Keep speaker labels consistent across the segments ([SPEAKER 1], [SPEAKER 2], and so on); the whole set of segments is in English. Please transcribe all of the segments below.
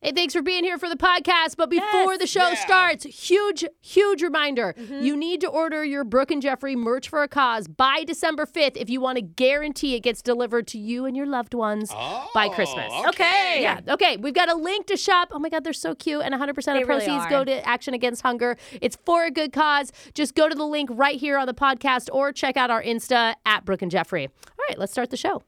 [SPEAKER 1] Hey, thanks for being here for the podcast. But before
[SPEAKER 2] Yes. Mm-hmm.
[SPEAKER 1] the show
[SPEAKER 3] Yeah.
[SPEAKER 1] starts, huge, huge reminder you need to order your Brooke and Jeffrey merch for a cause by December 5th if you want to guarantee it gets delivered to you and your loved ones by Christmas.
[SPEAKER 3] Oh,
[SPEAKER 2] Okay.
[SPEAKER 1] Yeah. Okay. We've got a link to shop. Oh my God, they're so cute. And 100%
[SPEAKER 2] They
[SPEAKER 1] of
[SPEAKER 2] really
[SPEAKER 1] proceeds
[SPEAKER 2] are.
[SPEAKER 1] go to Action Against Hunger. It's for a good cause. Just go to the link right here on the podcast or check out our Insta at Brooke and Jeffrey. All right, let's start the show.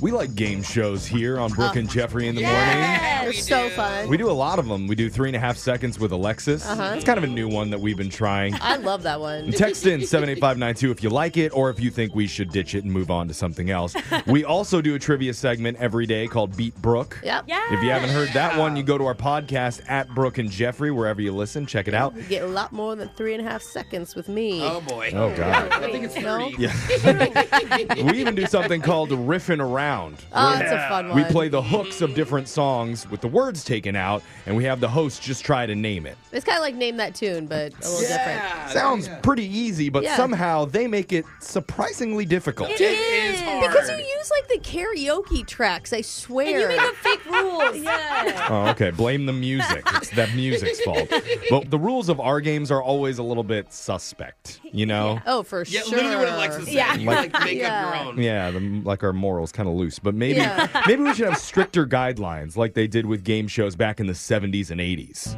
[SPEAKER 4] We like game shows here on Brooke and Jeffrey in the morning.
[SPEAKER 3] Yeah,
[SPEAKER 5] They're
[SPEAKER 3] we
[SPEAKER 5] so
[SPEAKER 3] do.
[SPEAKER 5] fun.
[SPEAKER 4] We do a lot of them. We do three and a half seconds with Alexis. It's kind of a new one that we've been trying.
[SPEAKER 5] I love that one.
[SPEAKER 4] Text in 78592 if you like it or if you think we should ditch it and move on to something else. we also do a trivia segment every day called Beat Brooke.
[SPEAKER 5] Yep.
[SPEAKER 2] Yeah.
[SPEAKER 4] If you haven't heard that one, you go to our podcast at Brooke and Jeffrey, wherever you listen. Check it out.
[SPEAKER 5] You get a lot more than three and a half seconds with me.
[SPEAKER 3] Oh boy.
[SPEAKER 4] Oh, God.
[SPEAKER 3] I think it's 30.
[SPEAKER 5] No?
[SPEAKER 4] Yeah. we even do something called Riffin' Around.
[SPEAKER 5] Oh, that's a fun one.
[SPEAKER 4] We play the hooks of different songs with the words taken out, and we have the host just try to name it.
[SPEAKER 5] It's kind of like name that tune, but a little different.
[SPEAKER 3] Yeah.
[SPEAKER 4] Sounds pretty easy, but
[SPEAKER 5] Yeah.
[SPEAKER 4] somehow they make it surprisingly difficult.
[SPEAKER 3] It is hard.
[SPEAKER 5] Because you use like the karaoke tracks, I
[SPEAKER 2] And
[SPEAKER 5] swear.
[SPEAKER 2] you make up fake rules. Yeah.
[SPEAKER 4] Oh, okay. Blame the music. It's the music's fault. But the rules of our games are always a little bit suspect, you know?
[SPEAKER 5] oh, for
[SPEAKER 3] yeah,
[SPEAKER 5] sure.
[SPEAKER 3] literally what Alexis said.
[SPEAKER 2] Yeah.
[SPEAKER 3] You like make
[SPEAKER 5] Yeah.
[SPEAKER 3] up your own.
[SPEAKER 4] Yeah, the, like our morals kind of loose, but maybe
[SPEAKER 5] Yeah.
[SPEAKER 4] maybe we should have stricter guidelines like they did with game shows back in the 70s and 80s.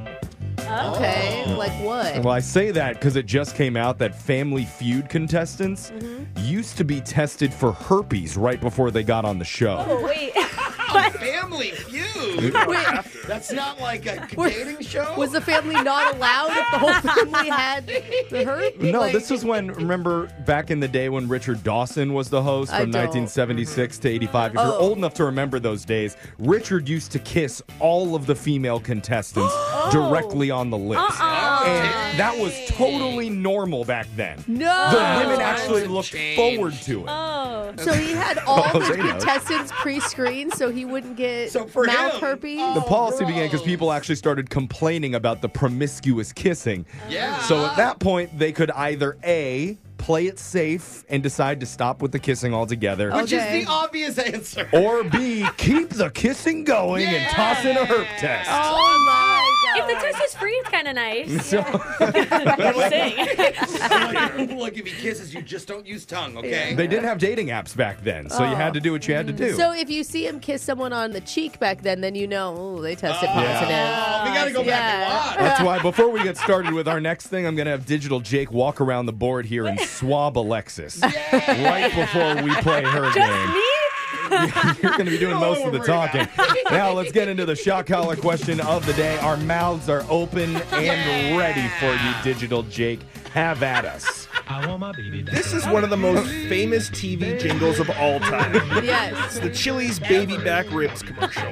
[SPEAKER 5] Okay, like what?
[SPEAKER 4] Well, I say that because it just came out that Family Feud contestants used to be tested for herpes right before they got on the show.
[SPEAKER 2] Oh, wait.
[SPEAKER 3] Family feud. That's not like a dating show.
[SPEAKER 5] Was the family not allowed if the whole family had the herpes?
[SPEAKER 4] No, this was when, remember back in the day when Richard Dawson was the host
[SPEAKER 5] I
[SPEAKER 4] from
[SPEAKER 5] don't.
[SPEAKER 4] 1976 to 85? If you're
[SPEAKER 5] Oh.
[SPEAKER 4] old enough to remember those days, Richard used to kiss all of the female contestants
[SPEAKER 5] Oh.
[SPEAKER 4] directly on the lips.
[SPEAKER 5] Uh-uh.
[SPEAKER 4] And that was totally normal back then.
[SPEAKER 5] No.
[SPEAKER 4] The women actually
[SPEAKER 3] Times have
[SPEAKER 4] looked
[SPEAKER 3] changed.
[SPEAKER 4] forward to it.
[SPEAKER 2] Oh.
[SPEAKER 5] So he had all
[SPEAKER 4] Oh,
[SPEAKER 5] the
[SPEAKER 4] they know.
[SPEAKER 5] contestants pre-screened so he wouldn't get
[SPEAKER 3] So for
[SPEAKER 5] mouth
[SPEAKER 3] him-
[SPEAKER 5] herpes. Oh,
[SPEAKER 4] The policy
[SPEAKER 3] gross.
[SPEAKER 4] began because people actually started complaining about the promiscuous kissing.
[SPEAKER 3] Yeah.
[SPEAKER 4] So at that point, they could either A, play it safe and decide to stop with the kissing altogether,
[SPEAKER 3] Which
[SPEAKER 5] Okay.
[SPEAKER 3] is the obvious answer.
[SPEAKER 6] Oh.
[SPEAKER 4] or B, keep the kissing going and toss in a herp test.
[SPEAKER 5] Oh my
[SPEAKER 2] If
[SPEAKER 5] god!
[SPEAKER 2] the test is free, it's kind of nice.
[SPEAKER 4] So-
[SPEAKER 3] Look, if he kisses you, just don't use tongue, okay?
[SPEAKER 4] They did have dating apps back then, so you had to do what you had to
[SPEAKER 3] Mm.
[SPEAKER 4] do.
[SPEAKER 5] So if you see him kiss someone on the cheek back then, then you know oh, they tested positive.
[SPEAKER 3] Oh, we gotta go back and watch.
[SPEAKER 4] That's why before we get started with our next thing, I'm going to have Digital Jake walk around the board here and swab Alexis right before we play her game. You're going to be doing
[SPEAKER 3] No,
[SPEAKER 4] most of the
[SPEAKER 3] we're worried
[SPEAKER 4] talking. now let's get into the shock collar question of the day. Our mouths are open and ready for you, Digital Jake. Have at us.
[SPEAKER 7] I want my baby back.
[SPEAKER 6] This is one of the most famous TV jingles of all
[SPEAKER 3] Oh.
[SPEAKER 6] time.
[SPEAKER 5] Yes.
[SPEAKER 6] It's the Chili's Baby Back Ribs commercial,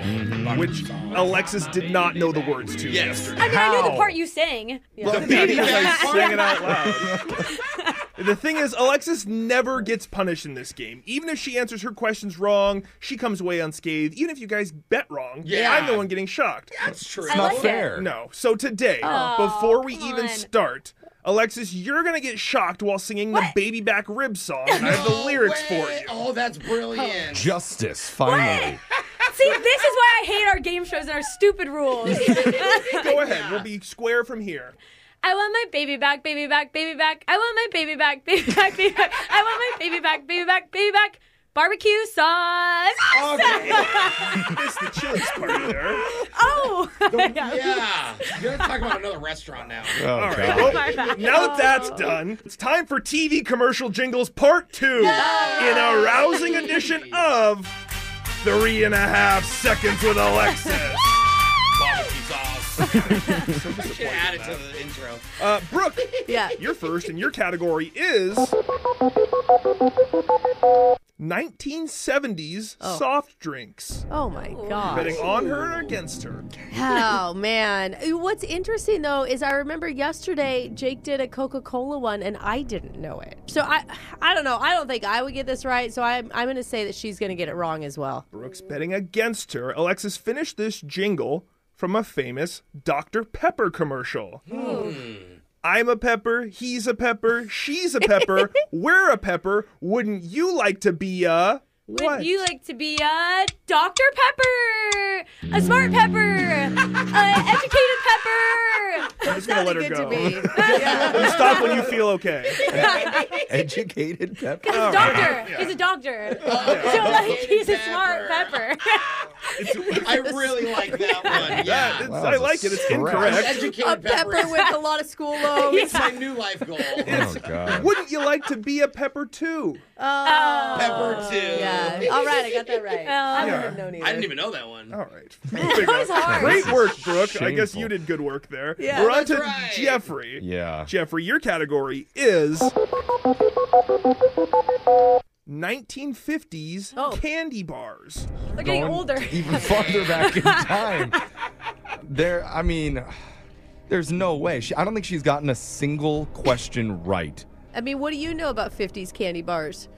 [SPEAKER 6] which Alexis did not know the words to
[SPEAKER 3] Mm-hmm. Yes.
[SPEAKER 6] yesterday.
[SPEAKER 2] I mean, I know the
[SPEAKER 6] How?
[SPEAKER 2] part you sang.
[SPEAKER 6] The baby guy sang it out loud. The thing is, Alexis never gets punished in this game. Even if she answers her questions wrong, she comes away unscathed. Even if you guys bet wrong,
[SPEAKER 3] Yeah.
[SPEAKER 6] I'm the one getting shocked.
[SPEAKER 3] That's true.
[SPEAKER 2] I
[SPEAKER 4] Not
[SPEAKER 2] like it.
[SPEAKER 4] fair.
[SPEAKER 6] No. So today, before we
[SPEAKER 2] come
[SPEAKER 6] even
[SPEAKER 2] on.
[SPEAKER 6] start, Alexis, you're gonna get shocked while singing the baby back rib song. and I have the lyrics for Oh.
[SPEAKER 3] Wait,
[SPEAKER 6] you.
[SPEAKER 3] Oh, that's brilliant.
[SPEAKER 4] Justice, finally.
[SPEAKER 2] See, this is why I hate our game shows and our stupid rules.
[SPEAKER 6] Go ahead. We'll be square from here.
[SPEAKER 2] I want my baby back, baby back, baby back. I want my baby back, baby back, baby back. I want my baby back, baby back, baby back. Barbecue sauce.
[SPEAKER 6] Missed the chilies part there.
[SPEAKER 2] Oh,
[SPEAKER 3] Yeah. You're gonna talk about another restaurant now.
[SPEAKER 4] Oh,
[SPEAKER 6] All
[SPEAKER 4] God.
[SPEAKER 6] right. Well, now that that's done, it's time for TV commercial jingles part two in a rousing edition of Three and a Half Seconds with Alexis.
[SPEAKER 3] Barbecue sauce. Should add it to the intro.
[SPEAKER 6] Uh, Brooke,
[SPEAKER 5] Yeah.
[SPEAKER 6] you're first, and your category is 1970s
[SPEAKER 5] Oh.
[SPEAKER 6] soft drinks.
[SPEAKER 5] Oh my god.
[SPEAKER 6] Betting on her or against her?
[SPEAKER 5] Oh man. What's interesting though is I remember yesterday Jake did a Coca-Cola one and I didn't know it. So I I don't know. I don't think I would get this right. So I'm I'm gonna say that she's gonna get it wrong as well.
[SPEAKER 6] Brooks betting against her. Alexis finished this jingle from a famous Dr. Pepper commercial. I'm a pepper, he's a pepper, she's a pepper, we're a pepper. Wouldn't you like to be a
[SPEAKER 2] Would
[SPEAKER 6] What?
[SPEAKER 2] you like to be a Dr. Pepper, a smart pepper, an educated pepper?
[SPEAKER 6] I'm just gonna let her go.
[SPEAKER 5] Good to
[SPEAKER 6] You stop when you feel okay.
[SPEAKER 4] Educated pepper.
[SPEAKER 2] He's a doctor. He's a doctor. so like he's a
[SPEAKER 3] Pepper.
[SPEAKER 2] smart pepper.
[SPEAKER 3] I really like that one.
[SPEAKER 6] That-
[SPEAKER 3] Yeah.
[SPEAKER 6] it's-
[SPEAKER 4] Wow,
[SPEAKER 6] I
[SPEAKER 4] that's a
[SPEAKER 6] like it. It's
[SPEAKER 4] stretch.
[SPEAKER 6] incorrect.
[SPEAKER 5] be. a
[SPEAKER 3] Educated
[SPEAKER 5] pepper
[SPEAKER 3] pepper.
[SPEAKER 5] with a lot of school loans.
[SPEAKER 3] It's my new life goal.
[SPEAKER 4] Oh god.
[SPEAKER 6] Wouldn't you like to be a pepper too?
[SPEAKER 5] Oh,
[SPEAKER 3] Pepper too.
[SPEAKER 5] yeah. All right, I got that right. I wouldn't have known either.
[SPEAKER 3] I didn't even know that one.
[SPEAKER 6] All right. Moving on. Great work, Brooke. I guess you
[SPEAKER 4] Shameful.
[SPEAKER 6] did good work there.
[SPEAKER 5] Yeah.
[SPEAKER 6] We're on to
[SPEAKER 3] That's right.
[SPEAKER 6] Jeffrey.
[SPEAKER 4] Yeah.
[SPEAKER 6] Jeffrey, your category is 1950s
[SPEAKER 5] Oh.
[SPEAKER 6] candy bars.
[SPEAKER 2] They're getting
[SPEAKER 4] going
[SPEAKER 2] older.
[SPEAKER 4] even farther back in time. There, I mean, there's no way. She, I don't think she's gotten a single question right.
[SPEAKER 5] I mean, what do you know about 50s candy bars?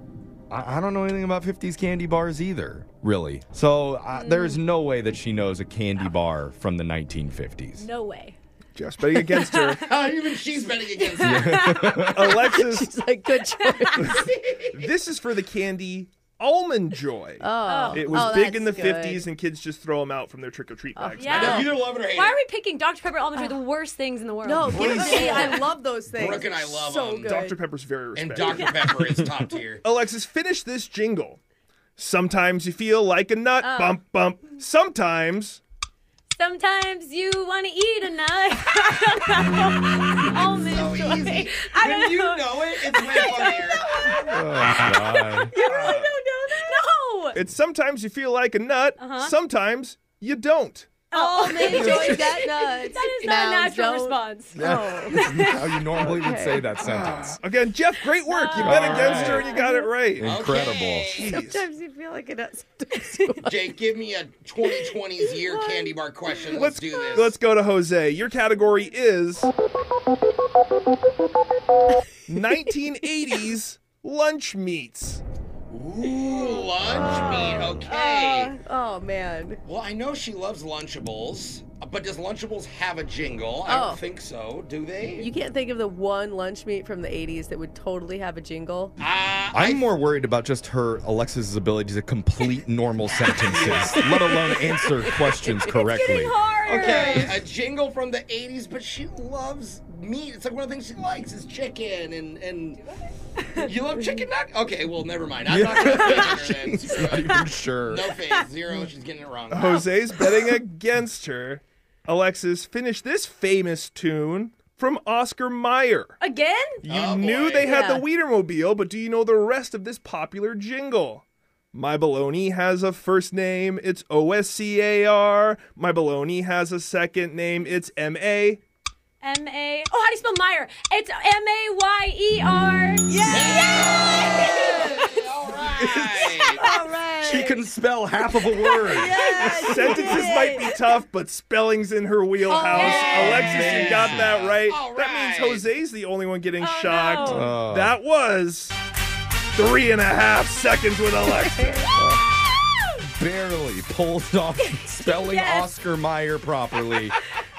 [SPEAKER 4] I, I don't know anything about 50s candy bars either, really. So
[SPEAKER 2] Mm.
[SPEAKER 4] I, there's no way that she knows a candy bar from the 1950s.
[SPEAKER 2] No way.
[SPEAKER 6] Just betting against her.
[SPEAKER 3] Oh, even she's betting against me.
[SPEAKER 6] Alexis,
[SPEAKER 5] It's like, good choice.
[SPEAKER 6] this is for the candy Almond Joy.
[SPEAKER 5] Oh.
[SPEAKER 6] It was
[SPEAKER 5] Oh,
[SPEAKER 6] big in the
[SPEAKER 5] that's good. Oh,
[SPEAKER 6] 50s, and kids just throw them out from their trick or treat bags.
[SPEAKER 2] yeah.
[SPEAKER 3] No, you either love it or hate
[SPEAKER 2] Why are
[SPEAKER 3] it.
[SPEAKER 2] we picking Dr. Pepper and almond joy the worst things in the world?
[SPEAKER 5] No, give it to me. I love those things.
[SPEAKER 3] Brooke and I love
[SPEAKER 5] so
[SPEAKER 3] them.
[SPEAKER 5] Good.
[SPEAKER 6] Dr. Pepper's very
[SPEAKER 3] And
[SPEAKER 6] respected.
[SPEAKER 3] Dr. Pepper is top tier.
[SPEAKER 6] Alexis, finish this jingle. Sometimes you feel like a nut,
[SPEAKER 5] Oh.
[SPEAKER 6] bump, bump. Sometimes.
[SPEAKER 2] Sometimes you want to eat a nut. almond
[SPEAKER 3] So
[SPEAKER 2] joy.
[SPEAKER 3] easy.
[SPEAKER 2] I
[SPEAKER 3] When
[SPEAKER 2] don't
[SPEAKER 3] you
[SPEAKER 2] know.
[SPEAKER 3] know it, it's way funnier.
[SPEAKER 4] Oh, God.
[SPEAKER 2] You really don't know that? No.
[SPEAKER 6] It's sometimes you feel like a nut,
[SPEAKER 5] Uh-huh.
[SPEAKER 6] sometimes you don't.
[SPEAKER 2] Almond
[SPEAKER 5] Enjoy
[SPEAKER 2] joy.
[SPEAKER 5] that nut.
[SPEAKER 2] That is not a
[SPEAKER 5] Mounds
[SPEAKER 2] natural
[SPEAKER 5] don't-
[SPEAKER 2] response.
[SPEAKER 4] That's not how you normally would say that sentence.
[SPEAKER 6] Again, Jeff, great work. You bet against her and you got it right.
[SPEAKER 4] Incredible.
[SPEAKER 3] Okay.
[SPEAKER 5] Sometimes you feel like a nut. Sometimes you want-
[SPEAKER 3] Jake, give me a 2020s year candy bar question.
[SPEAKER 6] Let's,
[SPEAKER 3] Let's, do this.
[SPEAKER 6] let's go to Jose. Your category is 1980s lunch meats.
[SPEAKER 3] Ooh,
[SPEAKER 5] Uh,
[SPEAKER 3] lunch meat. Okay.
[SPEAKER 5] oh, man.
[SPEAKER 3] well, I know she loves Lunchables, uh, but does Lunchables have a jingle? I
[SPEAKER 5] Oh.
[SPEAKER 3] don't think so. Do they?
[SPEAKER 5] You can't think of the one lunch meat from the 80s that would totally have a jingle.
[SPEAKER 3] Uh,
[SPEAKER 4] I'm more worried about just her Alexis's ability to complete normal sentences, let alone answer questions correctly.
[SPEAKER 2] Hard.
[SPEAKER 3] okay, a jingle from the 80s, but she loves meat. It's like one of the things she likes is chicken and. and you love chicken nugget? Okay, well, never mind. I'm not going to her then. Screw it.
[SPEAKER 4] I'm sure.
[SPEAKER 3] No face, zero. She's getting it wrong.
[SPEAKER 6] Jose's betting against her. Alexis, finish this famous tune from Oscar Mayer.
[SPEAKER 2] Again?
[SPEAKER 6] You
[SPEAKER 3] Oh,
[SPEAKER 6] knew
[SPEAKER 3] boy.
[SPEAKER 6] they had
[SPEAKER 5] Yeah.
[SPEAKER 6] the Wienermobile, but do you know the rest of this popular jingle? My baloney has a first name, it's O S C A R. My baloney has a second name, it's M A.
[SPEAKER 2] M A. Oh, how do you spell Meyer? It's M A Y E R.
[SPEAKER 3] Hey, all right.
[SPEAKER 5] All right.
[SPEAKER 4] She can spell half of a word.
[SPEAKER 6] Sentences might be tough, but spelling's in her wheelhouse.
[SPEAKER 2] yeah.
[SPEAKER 6] Alexis, you got that right.
[SPEAKER 3] All
[SPEAKER 6] That
[SPEAKER 3] right.
[SPEAKER 6] means Jose's the only one getting
[SPEAKER 2] Oh,
[SPEAKER 6] shocked.
[SPEAKER 2] no.
[SPEAKER 4] Oh.
[SPEAKER 6] That was three and a half seconds with Alexis.
[SPEAKER 4] barely pulled off spelling Oscar Meyer properly.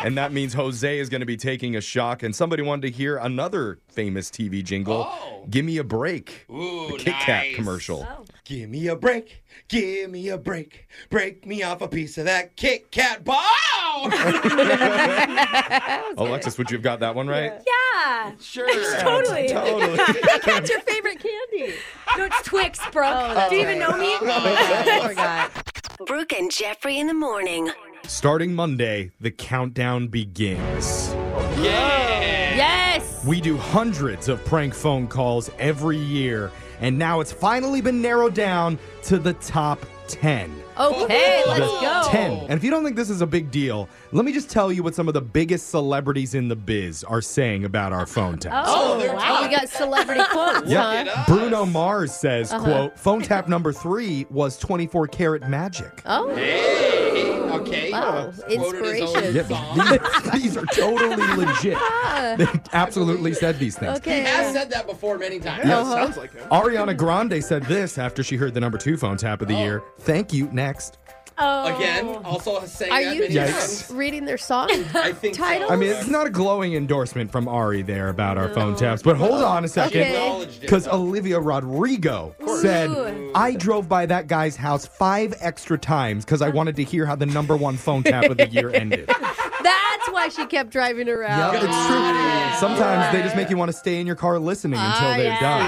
[SPEAKER 4] And that means Jose is going to be taking a shock. And somebody wanted to hear another famous TV jingle
[SPEAKER 3] Oh.
[SPEAKER 4] Give Me a Break,
[SPEAKER 3] Ooh,
[SPEAKER 4] the Kit
[SPEAKER 3] nice.
[SPEAKER 4] Kat commercial.
[SPEAKER 2] Oh.
[SPEAKER 3] Give me a break. Give me a break. Break me off a piece of that Kit Kat bar.
[SPEAKER 4] Alexis, would you have got that one right?
[SPEAKER 2] Yeah.
[SPEAKER 3] sure.
[SPEAKER 2] Totally.
[SPEAKER 4] Totally.
[SPEAKER 5] What's your favorite candy?
[SPEAKER 2] No, it's Twix, bro.
[SPEAKER 5] Oh,
[SPEAKER 2] do you even know me?
[SPEAKER 5] I forgot.
[SPEAKER 7] Brooke and Jeffrey in the morning.
[SPEAKER 4] Starting Monday, the countdown begins.
[SPEAKER 1] Yes.
[SPEAKER 4] We do hundreds of prank phone calls every year. And now it's finally been narrowed down to the top 10.
[SPEAKER 1] Okay, let's
[SPEAKER 4] The
[SPEAKER 1] go.
[SPEAKER 4] 10. And if you don't think this is a big deal, let me just tell you what some of the biggest celebrities in the biz are saying about our phone taps.
[SPEAKER 3] Oh, they're
[SPEAKER 1] wow. We got celebrity quotes,
[SPEAKER 4] Yeah.
[SPEAKER 1] huh?
[SPEAKER 4] Bruno Mars says,
[SPEAKER 1] Uh-huh.
[SPEAKER 4] quote, phone tap number three was 24 karat magic.
[SPEAKER 1] Oh,
[SPEAKER 3] Hey. Okay.
[SPEAKER 1] Wow.
[SPEAKER 3] Quoted his own
[SPEAKER 1] Inspiration.
[SPEAKER 4] Yeah,
[SPEAKER 3] song.
[SPEAKER 4] but these, these are totally legit. They absolutely said these things.
[SPEAKER 3] He
[SPEAKER 5] Okay.
[SPEAKER 3] has said that before many times.
[SPEAKER 6] Yeah, sounds like him.
[SPEAKER 1] Oh.
[SPEAKER 4] Ariana Grande said this after she heard the number two phone tap of the year. Thank you, next.
[SPEAKER 2] Oh.
[SPEAKER 3] Again, also sang
[SPEAKER 5] Are
[SPEAKER 3] that
[SPEAKER 5] you
[SPEAKER 3] many
[SPEAKER 4] Yikes.
[SPEAKER 5] just
[SPEAKER 3] times.
[SPEAKER 5] reading their song?
[SPEAKER 3] I think
[SPEAKER 5] Title?
[SPEAKER 3] So.
[SPEAKER 4] I mean, it's not a glowing endorsement from Ari there about our phone taps, but hold on a
[SPEAKER 3] She
[SPEAKER 4] second.
[SPEAKER 3] acknowledged it.
[SPEAKER 4] Because Olivia Rodrigo said, I drove by that guy's house five extra times because I wanted to hear how the number one phone tap of the year ended.
[SPEAKER 5] That's why she kept driving
[SPEAKER 4] Yeah,
[SPEAKER 5] around.
[SPEAKER 4] it's true. Sometimes they just make you want to stay in your car listening
[SPEAKER 3] Ah,
[SPEAKER 4] until
[SPEAKER 5] I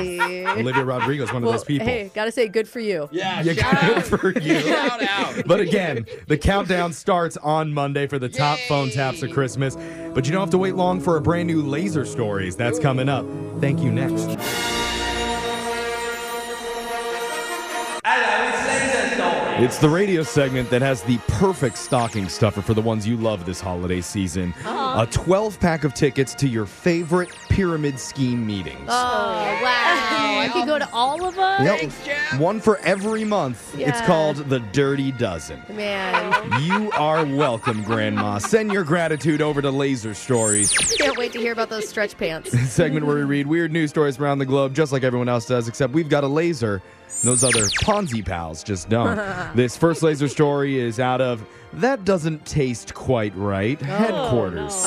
[SPEAKER 4] they're
[SPEAKER 5] see.
[SPEAKER 4] done. Olivia Rodrigo's one of
[SPEAKER 5] Well,
[SPEAKER 4] those people.
[SPEAKER 5] Hey, gotta say, good for you.
[SPEAKER 3] yeah,
[SPEAKER 4] Yeah,
[SPEAKER 3] shout
[SPEAKER 4] good
[SPEAKER 3] out.
[SPEAKER 4] for you.
[SPEAKER 3] Shout out.
[SPEAKER 4] But again, the countdown starts on Monday for the top
[SPEAKER 3] Yay.
[SPEAKER 4] phone taps of Christmas. But you don't have to wait long for a brand new Laser Stories. That's coming up. Thank you next. It's the radio segment that has the perfect stocking stuffer for the ones you love this holiday season.
[SPEAKER 3] Uh-huh.
[SPEAKER 4] A 12 pack of tickets to your favorite pyramid scheme meetings.
[SPEAKER 5] Oh, wow. I could go to all of them?
[SPEAKER 4] Yep.
[SPEAKER 3] Thanks, Jeff.
[SPEAKER 4] One for every month. It's
[SPEAKER 5] Yeah.
[SPEAKER 4] called the Dirty Dozen.
[SPEAKER 5] Man,
[SPEAKER 4] You are welcome, Grandma. Send your gratitude over to Laser Stories,
[SPEAKER 5] can't wait to hear about those stretch pants.
[SPEAKER 4] the segment where we read weird news stories around the globe, just like everyone else does, except we've got a laser. and Those other Ponzi pals just don't. this first laser story is out of That Doesn't Taste Quite Right headquarters.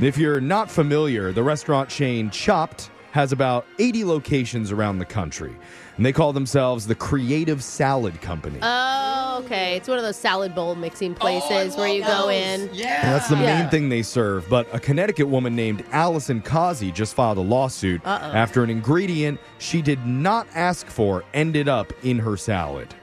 [SPEAKER 4] If you're not familiar, the restaurant chain Chopped has about 80 locations around the country, and they call themselves the Creative Salad Company.
[SPEAKER 5] Oh, okay. It's one of those salad bowl mixing places where you go in.
[SPEAKER 3] Yeah.
[SPEAKER 4] And that's the
[SPEAKER 5] Yeah.
[SPEAKER 4] main thing they serve. But a Connecticut woman named Allison Causey just filed a lawsuit after an ingredient she did not ask for ended up in her salad.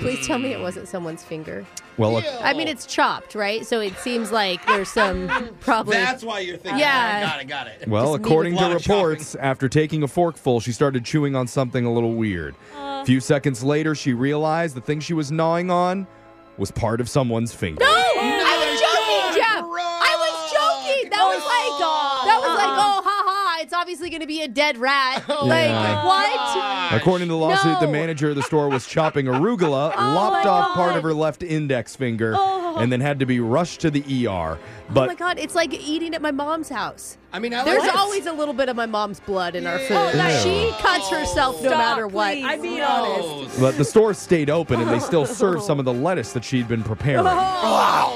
[SPEAKER 5] Please tell me it wasn't someone's finger.
[SPEAKER 4] Well, a-
[SPEAKER 5] I mean, it's chopped, right? So it seems like there's some probably.
[SPEAKER 3] That's why you're thinking.
[SPEAKER 5] Yeah.
[SPEAKER 3] Yeah. Got it. Got it.
[SPEAKER 4] well,
[SPEAKER 5] Just need
[SPEAKER 4] according
[SPEAKER 3] a
[SPEAKER 4] to
[SPEAKER 3] lot of
[SPEAKER 4] reports, after taking a forkful, she started chewing on something a little weird.
[SPEAKER 5] Uh.
[SPEAKER 4] A few seconds later, she realized the thing she was gnawing on was part of someone's finger.
[SPEAKER 5] No, I was joking, Jeff. I was joking. That was like, that was like, oh, haha, it's obviously going to be a dead rat. like,
[SPEAKER 4] my
[SPEAKER 5] what?
[SPEAKER 4] According to the lawsuit, the
[SPEAKER 5] No. Oh
[SPEAKER 4] manager of the store was chopping arugula, lopped
[SPEAKER 5] my
[SPEAKER 4] off part
[SPEAKER 5] God.
[SPEAKER 4] of her left index finger, and then had to be rushed to the ER.
[SPEAKER 5] oh my
[SPEAKER 4] But
[SPEAKER 5] god, it's like eating at my mom's house.
[SPEAKER 3] I mean, I
[SPEAKER 5] There's
[SPEAKER 3] like
[SPEAKER 5] always a little bit of my mom's blood in our food.
[SPEAKER 3] Oh,
[SPEAKER 4] that's-
[SPEAKER 5] she cuts herself no
[SPEAKER 2] Stop,
[SPEAKER 5] matter what.
[SPEAKER 2] please.
[SPEAKER 5] I'm being
[SPEAKER 2] No.
[SPEAKER 5] honest.
[SPEAKER 4] but the store stayed open, and they still served some of the lettuce that she'd been preparing.
[SPEAKER 3] Wow.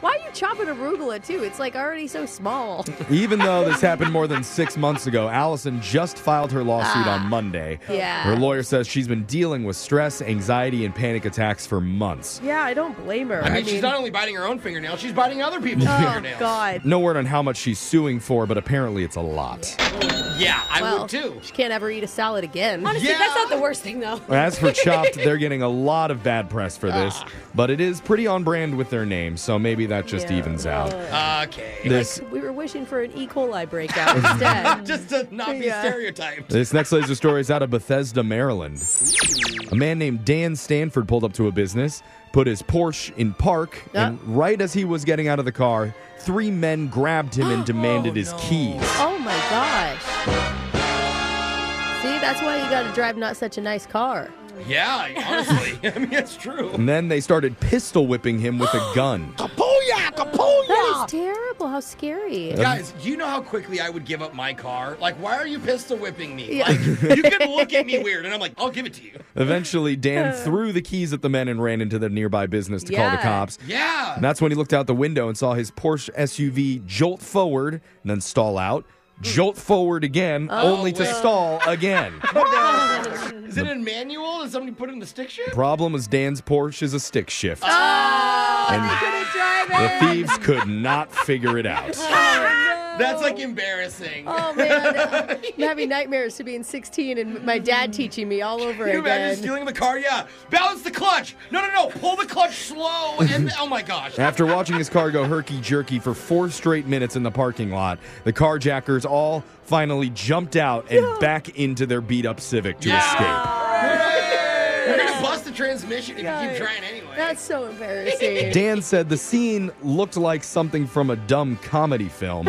[SPEAKER 5] Why are you chopping arugula too? It's like already so small.
[SPEAKER 4] Even though this happened more than six months ago, Allison just filed her lawsuit on Monday.
[SPEAKER 5] Ah. yeah.
[SPEAKER 4] Her lawyer says she's been dealing with stress, anxiety, and panic attacks for months.
[SPEAKER 5] Yeah, I don't blame her.
[SPEAKER 3] I mean, she's not only biting her own fingernail, she's biting other people's
[SPEAKER 5] oh
[SPEAKER 3] fingernails.
[SPEAKER 5] god.
[SPEAKER 4] No word on how much she's suing for, but apparently it's a lot.
[SPEAKER 3] Yeah, I
[SPEAKER 5] Well,
[SPEAKER 3] would too.
[SPEAKER 5] She can't ever eat a salad again.
[SPEAKER 2] Honestly,
[SPEAKER 3] Yeah.
[SPEAKER 2] that's not the worst thing though.
[SPEAKER 4] As for Chopped, they're getting a lot of bad press for this, but it is pretty on brand with their name, so maybe that just
[SPEAKER 5] Yeah.
[SPEAKER 4] evens out.
[SPEAKER 3] Okay.
[SPEAKER 4] This
[SPEAKER 5] We were wishing for an E. coli breakout instead.
[SPEAKER 3] Just to not be
[SPEAKER 5] Yeah.
[SPEAKER 3] stereotyped.
[SPEAKER 4] this next laser story is out of Bethesda, Maryland. A man named Dan Stanford pulled up to a business, put his Porsche in park, and right as he was getting out of the car, three men grabbed him and demanded his keys.
[SPEAKER 5] oh my gosh. See, that's why you gotta drive not such a nice car.
[SPEAKER 3] Yeah, honestly. I mean, it's true.
[SPEAKER 4] And then they started pistol whipping him with a gun.
[SPEAKER 3] Kapoya!
[SPEAKER 5] That
[SPEAKER 3] Kapoya!
[SPEAKER 5] is terrible. How scary.
[SPEAKER 3] Guys, you know how quickly I would give up my car? Like, why are you pistol whipping me? Like, you can look at me weird, and I'm like, I'll give it to you.
[SPEAKER 4] Eventually, Dan threw the keys at the men and ran into the nearby business to call the
[SPEAKER 5] Yeah.
[SPEAKER 4] cops.
[SPEAKER 3] Yeah.
[SPEAKER 4] And that's when he looked out the window and saw his Porsche SUV jolt forward and then stall out,
[SPEAKER 5] Hmm.
[SPEAKER 4] jolt forward again,
[SPEAKER 5] Oh,
[SPEAKER 4] only to
[SPEAKER 3] wait.
[SPEAKER 4] stall again.
[SPEAKER 3] Is it in manual? Did somebody put it in the stick shift?
[SPEAKER 4] Problem was Dan's Porsche is a stick shift. and the thieves could not figure it out.
[SPEAKER 3] That's like embarrassing.
[SPEAKER 5] Oh man, I'm having nightmares to being 16 and my dad teaching me all over
[SPEAKER 3] Can you imagine
[SPEAKER 5] again.
[SPEAKER 3] stealing the car? Yeah. Balance the clutch. No, no, no. Pull the clutch slow. And oh my gosh.
[SPEAKER 4] After watching his car go herky jerky for four straight minutes in the parking lot, the carjackers all finally jumped out and back into their beat up Civic to escape.
[SPEAKER 3] We're gonna bust the transmission if you keep trying anyway.
[SPEAKER 5] That's so embarrassing.
[SPEAKER 4] Dan said the scene looked like something from a dumb comedy film.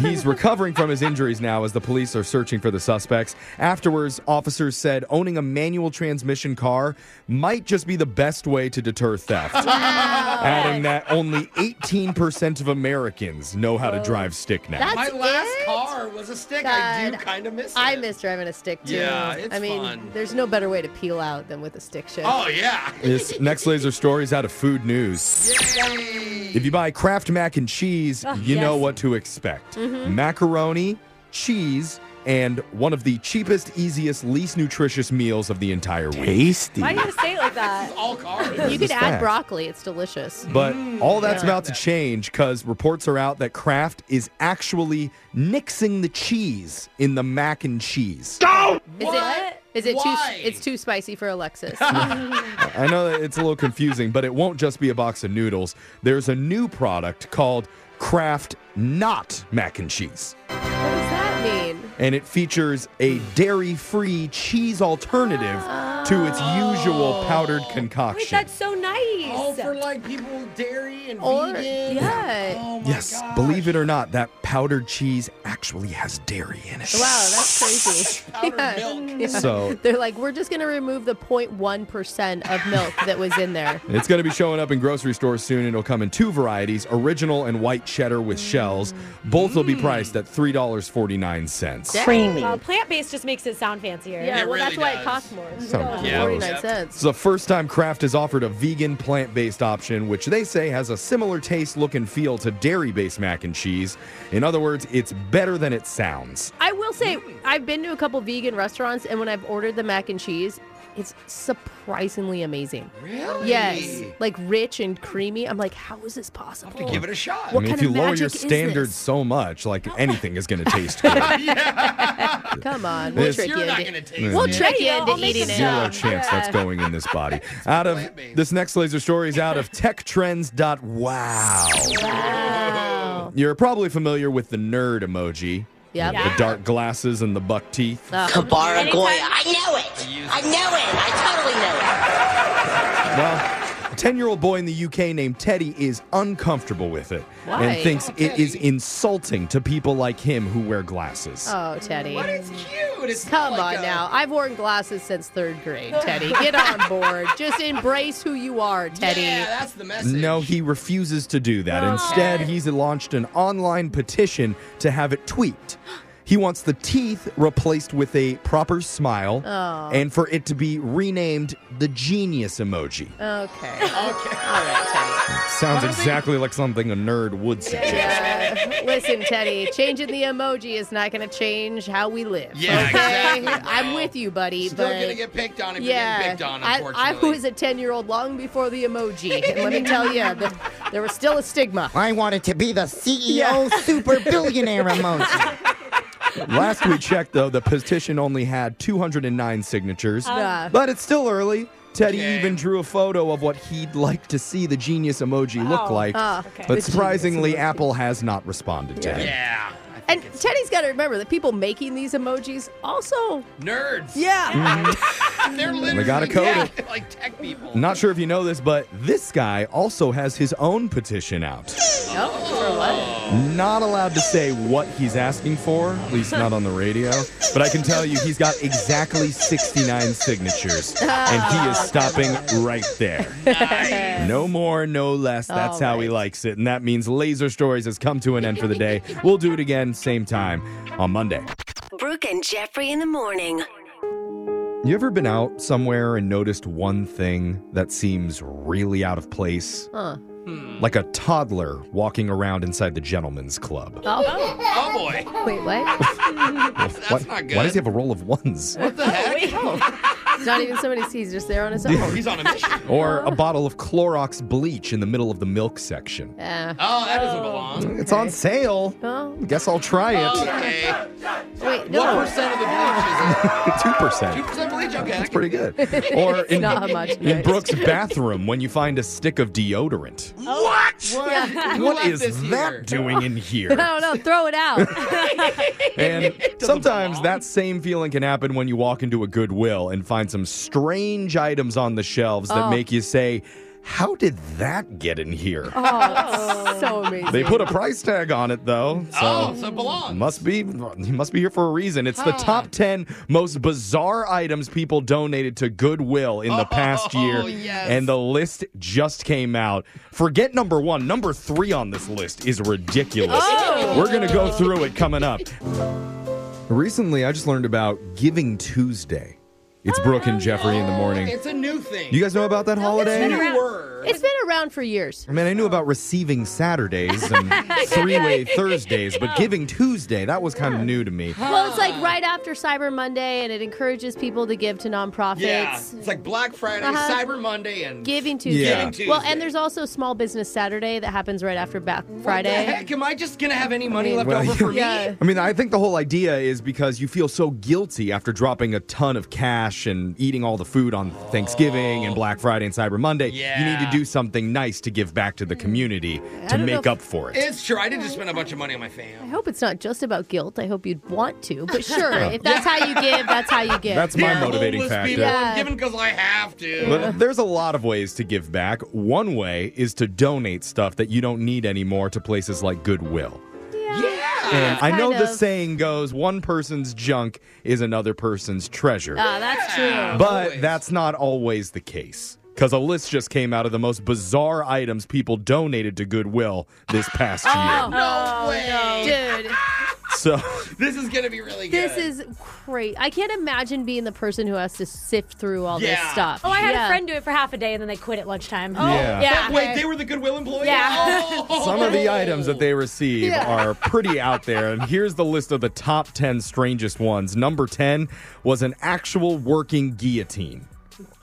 [SPEAKER 4] He's recovering from his injuries now as the police are searching for the suspects. Afterwards, officers said owning a manual transmission car might just be the best way to deter theft. Adding that only 18% of Americans know how to drive stick now.
[SPEAKER 5] That's
[SPEAKER 3] my last
[SPEAKER 5] it?
[SPEAKER 3] car was a stick. I do
[SPEAKER 5] God.
[SPEAKER 3] kind of miss it.
[SPEAKER 5] I miss driving a stick too.
[SPEAKER 3] Yeah, it's
[SPEAKER 5] I mean,
[SPEAKER 3] fun.
[SPEAKER 5] there's no better way to peel out than with a stick shift.
[SPEAKER 3] Oh, Oh, yeah.
[SPEAKER 4] This next laser story is out of food news. If you buy Kraft mac and cheese, you know what to expect macaroni, cheese, and one of the cheapest, easiest, least nutritious meals of the entire week.
[SPEAKER 8] Tasty.
[SPEAKER 2] Why do you say it like that?
[SPEAKER 3] All carbs.
[SPEAKER 5] You could
[SPEAKER 4] is
[SPEAKER 5] add
[SPEAKER 4] fact.
[SPEAKER 5] broccoli. It's delicious.
[SPEAKER 4] But all that's about to change because reports are out that Kraft is actually nixing the cheese in the mac and cheese.
[SPEAKER 5] Is
[SPEAKER 3] What?
[SPEAKER 5] it? Is it
[SPEAKER 3] Why?
[SPEAKER 5] too? It's too spicy for Alexis.
[SPEAKER 4] I know that it's a little confusing, but it won't just be a box of noodles. There's a new product called Kraft Not Mac and Cheese,
[SPEAKER 5] What does that mean?
[SPEAKER 4] and it features a dairy free cheese alternative to its usual powdered
[SPEAKER 2] Wait,
[SPEAKER 4] concoction.
[SPEAKER 2] that's so nice.
[SPEAKER 3] Oh, for like people with dairy and
[SPEAKER 5] Or-
[SPEAKER 3] vegan.
[SPEAKER 5] yeah.
[SPEAKER 3] Oh my
[SPEAKER 4] yes,
[SPEAKER 3] gosh.
[SPEAKER 4] believe it or not, that powdered cheese actually has dairy in it.
[SPEAKER 5] Wow, that's crazy.
[SPEAKER 3] Powdered
[SPEAKER 5] Yeah.
[SPEAKER 3] milk.
[SPEAKER 4] So
[SPEAKER 5] They're like, we're just gonna remove the 0.1% of milk that was in there.
[SPEAKER 4] It's going to be showing up in grocery stores soon. It'll come in two varieties original and white cheddar with shells. Both will be priced at $3.49.
[SPEAKER 2] Well, plant based just makes it sound fancier.
[SPEAKER 5] Yeah,
[SPEAKER 3] It
[SPEAKER 5] well,
[SPEAKER 3] really
[SPEAKER 5] that's why it
[SPEAKER 3] does.
[SPEAKER 5] costs more. It's
[SPEAKER 4] So
[SPEAKER 5] going
[SPEAKER 4] Yeah.
[SPEAKER 5] for 49
[SPEAKER 3] Yep.
[SPEAKER 4] It's
[SPEAKER 5] cents.
[SPEAKER 4] the first time Kraft has offered a vegan plant based option, which they say has a similar taste, look, and feel to dairy based mac and cheese. In other words, it's better than it sounds.
[SPEAKER 5] I will say, I've been to a couple vegan restaurants, and when I've ordered the mac and cheese, it's surprisingly amazing.
[SPEAKER 3] Really?
[SPEAKER 5] Yes, like rich and creamy. I'm like, how is this possible?
[SPEAKER 3] To give it a shot.
[SPEAKER 4] I mean,
[SPEAKER 5] kind
[SPEAKER 4] if you
[SPEAKER 5] of
[SPEAKER 4] lower your
[SPEAKER 5] magic is
[SPEAKER 4] standards
[SPEAKER 5] this?
[SPEAKER 4] so much, like anything is going to taste good.
[SPEAKER 5] Come on, we'll
[SPEAKER 4] This-
[SPEAKER 5] trick
[SPEAKER 3] You're
[SPEAKER 5] you.
[SPEAKER 3] not
[SPEAKER 5] into-
[SPEAKER 3] going to taste
[SPEAKER 5] We'll
[SPEAKER 3] it.
[SPEAKER 5] trick you
[SPEAKER 2] I'll
[SPEAKER 5] into
[SPEAKER 2] make
[SPEAKER 5] eating
[SPEAKER 2] some
[SPEAKER 5] it.
[SPEAKER 4] Zero chance that's going in this body. Out of
[SPEAKER 3] plant-based.
[SPEAKER 4] this next laser story is out of techtrends.wow. Wow. You're probably familiar with the nerd emoji.
[SPEAKER 5] Yep.
[SPEAKER 4] The dark glasses and the buck teeth.
[SPEAKER 8] Kabara
[SPEAKER 2] Anytime-
[SPEAKER 4] Well, a 10 year old boy in the UK named Teddy is uncomfortable with it
[SPEAKER 5] Why?
[SPEAKER 4] and thinks it is insulting to people like him who wear glasses.
[SPEAKER 5] Oh, Teddy.
[SPEAKER 3] But it's cute. It's
[SPEAKER 5] Come
[SPEAKER 3] not like
[SPEAKER 5] on
[SPEAKER 3] a-
[SPEAKER 5] now. I've worn glasses since third grade, Teddy. Get on board. Just embrace who you are, Teddy.
[SPEAKER 3] Yeah, that's the message.
[SPEAKER 4] No, he refuses to do that. Instead, he's launched an online petition to have it tweaked. He wants the teeth replaced with a proper smile
[SPEAKER 5] Oh.
[SPEAKER 4] and for it to be renamed the genius emoji.
[SPEAKER 5] Okay.
[SPEAKER 3] Okay.
[SPEAKER 5] All right,
[SPEAKER 4] Sounds exactly like something a nerd would suggest.
[SPEAKER 5] Teddy. Uh, listen, Teddy, changing the emoji is not going to change how we live.
[SPEAKER 3] Yeah,
[SPEAKER 5] okay?
[SPEAKER 3] exactly, bro.
[SPEAKER 5] I'm with you, buddy.
[SPEAKER 3] Still
[SPEAKER 5] but
[SPEAKER 3] gonna get picked on if
[SPEAKER 5] yeah,
[SPEAKER 3] you're getting picked on,
[SPEAKER 5] I,
[SPEAKER 3] unfortunately.
[SPEAKER 5] I was a 10 year old long before the emoji. And let me tell you, that there was still a stigma.
[SPEAKER 9] I wanted to be the E CEO super billionaire emoji.
[SPEAKER 4] Last we checked, though, the petition only had 209 signatures,
[SPEAKER 2] Um,
[SPEAKER 5] Uh,
[SPEAKER 4] but it's still early. Teddy
[SPEAKER 3] Okay.
[SPEAKER 4] even drew a photo of what he'd like to see the genius emoji look
[SPEAKER 2] Oh,
[SPEAKER 4] like,
[SPEAKER 5] ah,
[SPEAKER 4] but surprisingly, Apple has not responded to him.
[SPEAKER 3] yeah.
[SPEAKER 5] and Teddy's got to remember that people making these emojis also.
[SPEAKER 3] Nerds.
[SPEAKER 5] Yeah.
[SPEAKER 3] They're literally
[SPEAKER 4] gotta code
[SPEAKER 3] tech- like tech people.
[SPEAKER 4] Not sure if you know this, but this guy also has his own petition out. Not allowed to say what he's asking for, at least not on the radio. But I can tell you he's got exactly 69 signatures, and he is stopping right there. No more, no less. That's
[SPEAKER 5] All
[SPEAKER 4] how he likes it. And that means Laser Stories has come to an end for the day. We'll do it again, same time, on Monday.
[SPEAKER 7] Brooke and Jeffrey in the morning.
[SPEAKER 4] You ever been out somewhere and noticed one thing that seems really out of place?
[SPEAKER 5] Huh.
[SPEAKER 3] Hmm.
[SPEAKER 4] Like a toddler walking around inside the gentleman's club.
[SPEAKER 5] Oh,
[SPEAKER 3] Oh boy.
[SPEAKER 5] wait, what?
[SPEAKER 3] That's
[SPEAKER 4] why,
[SPEAKER 3] not good.
[SPEAKER 4] Why does he have a roll of ones?
[SPEAKER 3] What the heck?
[SPEAKER 5] Oh,
[SPEAKER 3] Oh,
[SPEAKER 5] It's not even somebody sees, just there on his own.
[SPEAKER 3] He's on a mission.
[SPEAKER 4] Or a bottle of Clorox bleach in the middle of the milk section.
[SPEAKER 5] Uh,
[SPEAKER 3] Oh, that doesn't belong.
[SPEAKER 4] It's on sale.
[SPEAKER 5] oh,
[SPEAKER 4] Guess I'll try it.
[SPEAKER 3] Okay.
[SPEAKER 5] wait,
[SPEAKER 3] What
[SPEAKER 5] no.
[SPEAKER 3] percent of the bleach is it?
[SPEAKER 4] Two
[SPEAKER 3] Two
[SPEAKER 4] percent.
[SPEAKER 3] percent bleach. Okay.
[SPEAKER 4] That's pretty good. Or in,
[SPEAKER 5] Not how much.
[SPEAKER 4] in
[SPEAKER 5] nice.
[SPEAKER 4] Brooke's bathroom when you find a stick of deodorant.
[SPEAKER 5] Oh,
[SPEAKER 3] What? Who
[SPEAKER 4] What
[SPEAKER 3] left
[SPEAKER 4] is
[SPEAKER 3] this
[SPEAKER 4] that
[SPEAKER 3] here?
[SPEAKER 4] doing in here?
[SPEAKER 5] I don't know. Throw it out.
[SPEAKER 4] And sometimes
[SPEAKER 3] belong.
[SPEAKER 4] that same feeling can happen when you walk into a Goodwill and find some strange items on the shelves that
[SPEAKER 5] Oh.
[SPEAKER 4] make you say, How did that get in here?
[SPEAKER 5] Oh, so amazing.
[SPEAKER 4] They put a price tag on it though. So
[SPEAKER 3] Oh, so it belongs.
[SPEAKER 4] must be he must be here for a reason. It's the
[SPEAKER 3] Huh.
[SPEAKER 4] top 10 most bizarre items people donated to Goodwill in the past
[SPEAKER 3] Oh,
[SPEAKER 4] year.
[SPEAKER 3] yes.
[SPEAKER 4] And the list just came out. Forget number 1. Number 3 on this list is ridiculous.
[SPEAKER 3] Oh.
[SPEAKER 4] We're going to go through it coming up. Recently, I just learned about Giving Tuesday. It's Brooke and Jeffrey in the morning.
[SPEAKER 3] It's a new thing.
[SPEAKER 4] You guys know about that holiday?
[SPEAKER 3] New word.
[SPEAKER 5] It's been around for years.
[SPEAKER 4] I mean, I knew about receiving Saturdays and three-way Thursdays, but giving Tuesday, that was kind of new to me.
[SPEAKER 5] Well, it's like right after Cyber Monday, and it encourages people to give to nonprofits.
[SPEAKER 3] yeah, it's like Black Friday,
[SPEAKER 5] Uh-huh.
[SPEAKER 3] Cyber Monday, and
[SPEAKER 5] Giving Tuesday.
[SPEAKER 4] Yeah.
[SPEAKER 3] Giving
[SPEAKER 5] Well,
[SPEAKER 3] Tuesday.
[SPEAKER 5] and there's also Small Business Saturday that happens right after Back
[SPEAKER 3] What the
[SPEAKER 5] Friday.
[SPEAKER 3] heck, am I just gonna have any money left
[SPEAKER 4] Well,
[SPEAKER 3] over for me?
[SPEAKER 5] Yeah.
[SPEAKER 4] I mean, I think the whole idea is because you feel so guilty after dropping a ton of cash and eating all the food on Thanksgiving and Black Friday and Cyber Monday. You need
[SPEAKER 3] Yeah.
[SPEAKER 4] to do something nice to give back to the community to
[SPEAKER 5] don't know
[SPEAKER 4] make
[SPEAKER 5] if-
[SPEAKER 4] up for it.
[SPEAKER 3] It's true. I did just spend a bunch of money on my
[SPEAKER 5] I
[SPEAKER 3] fam.
[SPEAKER 5] hope it's not just about guilt. I hope you'd want to, but sure, if that's how you give, that's how you give.
[SPEAKER 4] That's my
[SPEAKER 3] They're
[SPEAKER 4] motivating
[SPEAKER 3] homeless
[SPEAKER 4] factor.
[SPEAKER 3] People.
[SPEAKER 5] Yeah.
[SPEAKER 3] I'm giving because I have to.
[SPEAKER 4] But there's a lot of ways to give back. One way is to donate stuff that you don't need anymore to places like Goodwill.
[SPEAKER 3] yeah.
[SPEAKER 4] And I know
[SPEAKER 5] kind
[SPEAKER 4] the
[SPEAKER 5] of.
[SPEAKER 4] saying goes one person's junk is another person's treasure.
[SPEAKER 5] Ah, that's true.
[SPEAKER 4] But
[SPEAKER 3] Always.
[SPEAKER 4] that's not always the case. Because a list just came out of the most bizarre items people donated to Goodwill this past
[SPEAKER 3] Oh.
[SPEAKER 4] year.
[SPEAKER 5] Oh,
[SPEAKER 3] No way.
[SPEAKER 5] Dude,
[SPEAKER 4] So,
[SPEAKER 3] This is gonna be really good.
[SPEAKER 5] this is crazy. I can't imagine being the person who has to sift through all this
[SPEAKER 3] Yeah.
[SPEAKER 5] stuff.
[SPEAKER 2] Oh, I had
[SPEAKER 5] Yeah.
[SPEAKER 2] a friend do it for half a day and then they quit at lunchtime. Oh,
[SPEAKER 4] Yeah.
[SPEAKER 2] yeah.
[SPEAKER 3] Wait, they were the Goodwill employees.
[SPEAKER 2] Yeah.
[SPEAKER 3] Oh.
[SPEAKER 4] some of the items that they receive are pretty out there. And here's the list of the top 10 strangest ones. Number 10 was an actual working guillotine.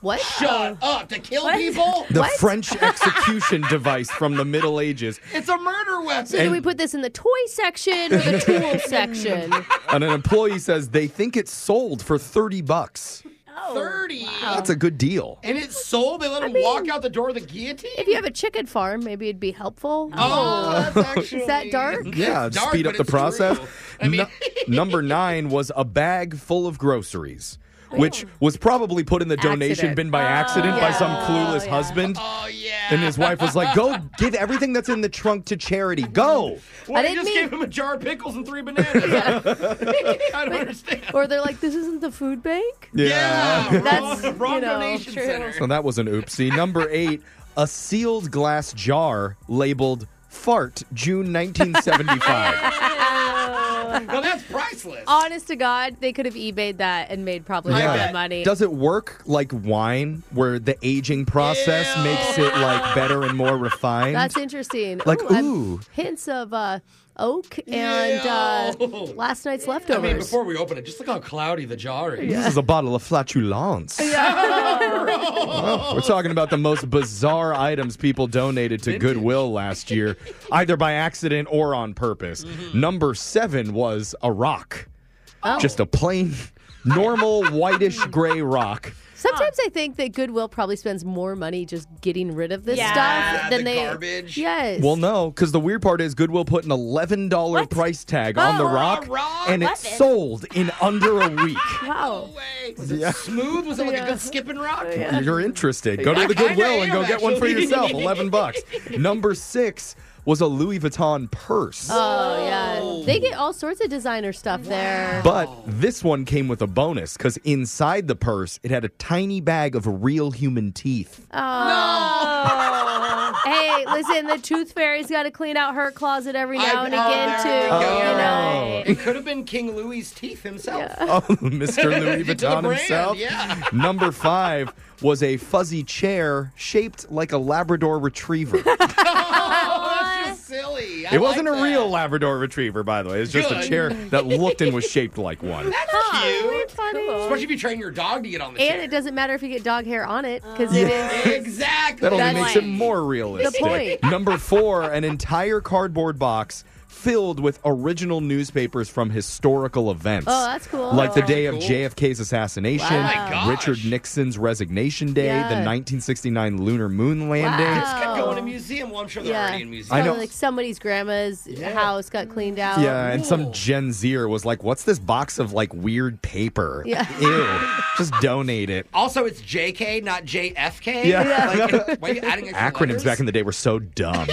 [SPEAKER 5] What?
[SPEAKER 3] Shut up to kill people.
[SPEAKER 4] The French execution device from the Middle Ages.
[SPEAKER 3] It's a murder
[SPEAKER 5] So
[SPEAKER 3] weapon.
[SPEAKER 5] do we put this in the toy section or the tool section?
[SPEAKER 4] And an employee says they think it's sold for 30 bucks.
[SPEAKER 5] Oh,
[SPEAKER 3] Thirty.
[SPEAKER 4] That's a good deal.
[SPEAKER 3] And it's sold. They let him walk out the door of the guillotine.
[SPEAKER 5] If you have a chicken farm, maybe it'd be helpful.
[SPEAKER 3] oh, that's actually.
[SPEAKER 5] Is that dark?
[SPEAKER 4] Yeah,
[SPEAKER 3] It's dark,
[SPEAKER 4] speed
[SPEAKER 3] but
[SPEAKER 4] up the
[SPEAKER 3] it's
[SPEAKER 4] process.
[SPEAKER 3] true. I mean-
[SPEAKER 4] Nu- number nine was a bag full of groceries,
[SPEAKER 3] Oh.
[SPEAKER 4] which was probably put in the donation
[SPEAKER 5] Accident. Oh,
[SPEAKER 4] bin by accident by
[SPEAKER 5] yeah.
[SPEAKER 4] some clueless husband.
[SPEAKER 3] Oh yeah.
[SPEAKER 4] And his wife was like, "Go give everything that's in the trunk to charity. Go."
[SPEAKER 3] Well,
[SPEAKER 5] I
[SPEAKER 3] I
[SPEAKER 5] didn't
[SPEAKER 3] just
[SPEAKER 5] mean-
[SPEAKER 3] gave him a jar of pickles and three bananas. I don't understand.
[SPEAKER 5] Or they're like, this isn't the food bank?
[SPEAKER 3] Yeah,
[SPEAKER 5] That's,
[SPEAKER 3] wrong, wrong
[SPEAKER 5] you know,
[SPEAKER 3] donation
[SPEAKER 5] true.
[SPEAKER 3] center.
[SPEAKER 4] So that was an oopsie. Number eight, a sealed glass jar labeled "Fart, June 1975."
[SPEAKER 3] Now that's priceless.
[SPEAKER 10] Honest to God, they could have eBayed that and made probably
[SPEAKER 3] Yeah.
[SPEAKER 10] more money.
[SPEAKER 4] Does it work like wine, where the aging process
[SPEAKER 3] Ew.
[SPEAKER 4] makes it like better and more refined?
[SPEAKER 5] That's interesting.
[SPEAKER 4] Like,
[SPEAKER 5] I'm-
[SPEAKER 4] ooh.
[SPEAKER 5] hints of uh, oak and uh,
[SPEAKER 3] Ew.
[SPEAKER 5] last night's
[SPEAKER 3] I
[SPEAKER 5] leftovers.
[SPEAKER 3] mean, before we open it, just look how cloudy the jar is.
[SPEAKER 4] This is a bottle of flatulence. Well, we're talking about the most bizarre items people donated to Goodwill last year, either by accident or on purpose. Number seven was a rock. Just a plain, normal, whitish gray rock.
[SPEAKER 5] Sometimes I think that Goodwill probably spends more money just getting rid of this
[SPEAKER 2] Yeah.
[SPEAKER 5] stuff
[SPEAKER 3] Yeah, the
[SPEAKER 5] than they.
[SPEAKER 3] garbage.
[SPEAKER 5] Yes.
[SPEAKER 4] Well, no, because the weird part is Goodwill put an $11 price tag on the
[SPEAKER 2] Oh,
[SPEAKER 4] rock,
[SPEAKER 3] rock
[SPEAKER 4] and it
[SPEAKER 2] weapon.
[SPEAKER 4] sold in under a week.
[SPEAKER 5] Wow.
[SPEAKER 3] Wait, Was it smooth? Was it like a good skipping rock?
[SPEAKER 5] Oh,
[SPEAKER 4] You're interested. Go to the
[SPEAKER 3] I kinda
[SPEAKER 4] Goodwill and
[SPEAKER 3] am,
[SPEAKER 4] go get one for
[SPEAKER 3] actually.
[SPEAKER 4] yourself. 11 bucks. Number six was a Louis Vuitton purse.
[SPEAKER 5] Oh yeah. They get all sorts of designer stuff there.
[SPEAKER 4] But this one came with a bonus because inside the purse, it had a tiny bag of real human teeth.
[SPEAKER 3] Oh.
[SPEAKER 5] Oh. hey, listen, the tooth fairy's got to clean out her closet every
[SPEAKER 3] I-
[SPEAKER 5] now and
[SPEAKER 3] oh,
[SPEAKER 5] again
[SPEAKER 3] there
[SPEAKER 5] too.
[SPEAKER 3] we go.
[SPEAKER 5] You know.
[SPEAKER 4] Oh.
[SPEAKER 3] It could have been King Louis' teeth himself.
[SPEAKER 4] Oh, Mr. Louis
[SPEAKER 3] To the
[SPEAKER 4] Vuitton
[SPEAKER 3] brand,
[SPEAKER 4] himself.
[SPEAKER 3] yeah.
[SPEAKER 4] Number five was a fuzzy chair shaped like a Labrador retriever. it
[SPEAKER 3] Oh, that's just silly. I
[SPEAKER 4] wasn't
[SPEAKER 3] like
[SPEAKER 4] a
[SPEAKER 3] that.
[SPEAKER 4] real Labrador retriever, by the way. It's just a
[SPEAKER 3] Good.
[SPEAKER 4] chair that looked and was shaped like one.
[SPEAKER 3] Cute. Especially if you train your dog to get on the
[SPEAKER 5] And
[SPEAKER 3] chair.
[SPEAKER 5] it doesn't matter if you get dog hair on it because it is.
[SPEAKER 3] Exactly.
[SPEAKER 4] That only
[SPEAKER 5] That's
[SPEAKER 4] makes
[SPEAKER 5] like
[SPEAKER 4] it more realistic.
[SPEAKER 5] point.
[SPEAKER 4] Number four, an entire cardboard box filled with original newspapers from historical events.
[SPEAKER 5] Oh, that's cool.
[SPEAKER 4] Like the day of
[SPEAKER 3] Cool.
[SPEAKER 4] JFK's assassination,
[SPEAKER 3] Wow. Oh my gosh.
[SPEAKER 4] Richard Nixon's resignation day,
[SPEAKER 5] Yeah.
[SPEAKER 4] the 1969 lunar moon landing.
[SPEAKER 5] Wow.
[SPEAKER 3] Could go in a museum. Well, I'm sure they're
[SPEAKER 5] Oh. Yeah.
[SPEAKER 3] already in museums.
[SPEAKER 4] I know.
[SPEAKER 5] Probably, Like somebody's grandma's house got cleaned out.
[SPEAKER 4] Yeah, and some
[SPEAKER 3] Cool.
[SPEAKER 4] Gen Zer was like, "What's this box of like weird paper?
[SPEAKER 5] Yeah.
[SPEAKER 4] Ew, just donate it."
[SPEAKER 3] Also, it's JK, not JFK.
[SPEAKER 4] Yeah.
[SPEAKER 3] Like, why are you adding extra
[SPEAKER 4] Acronyms
[SPEAKER 3] letters?
[SPEAKER 4] back in the day were so dumb.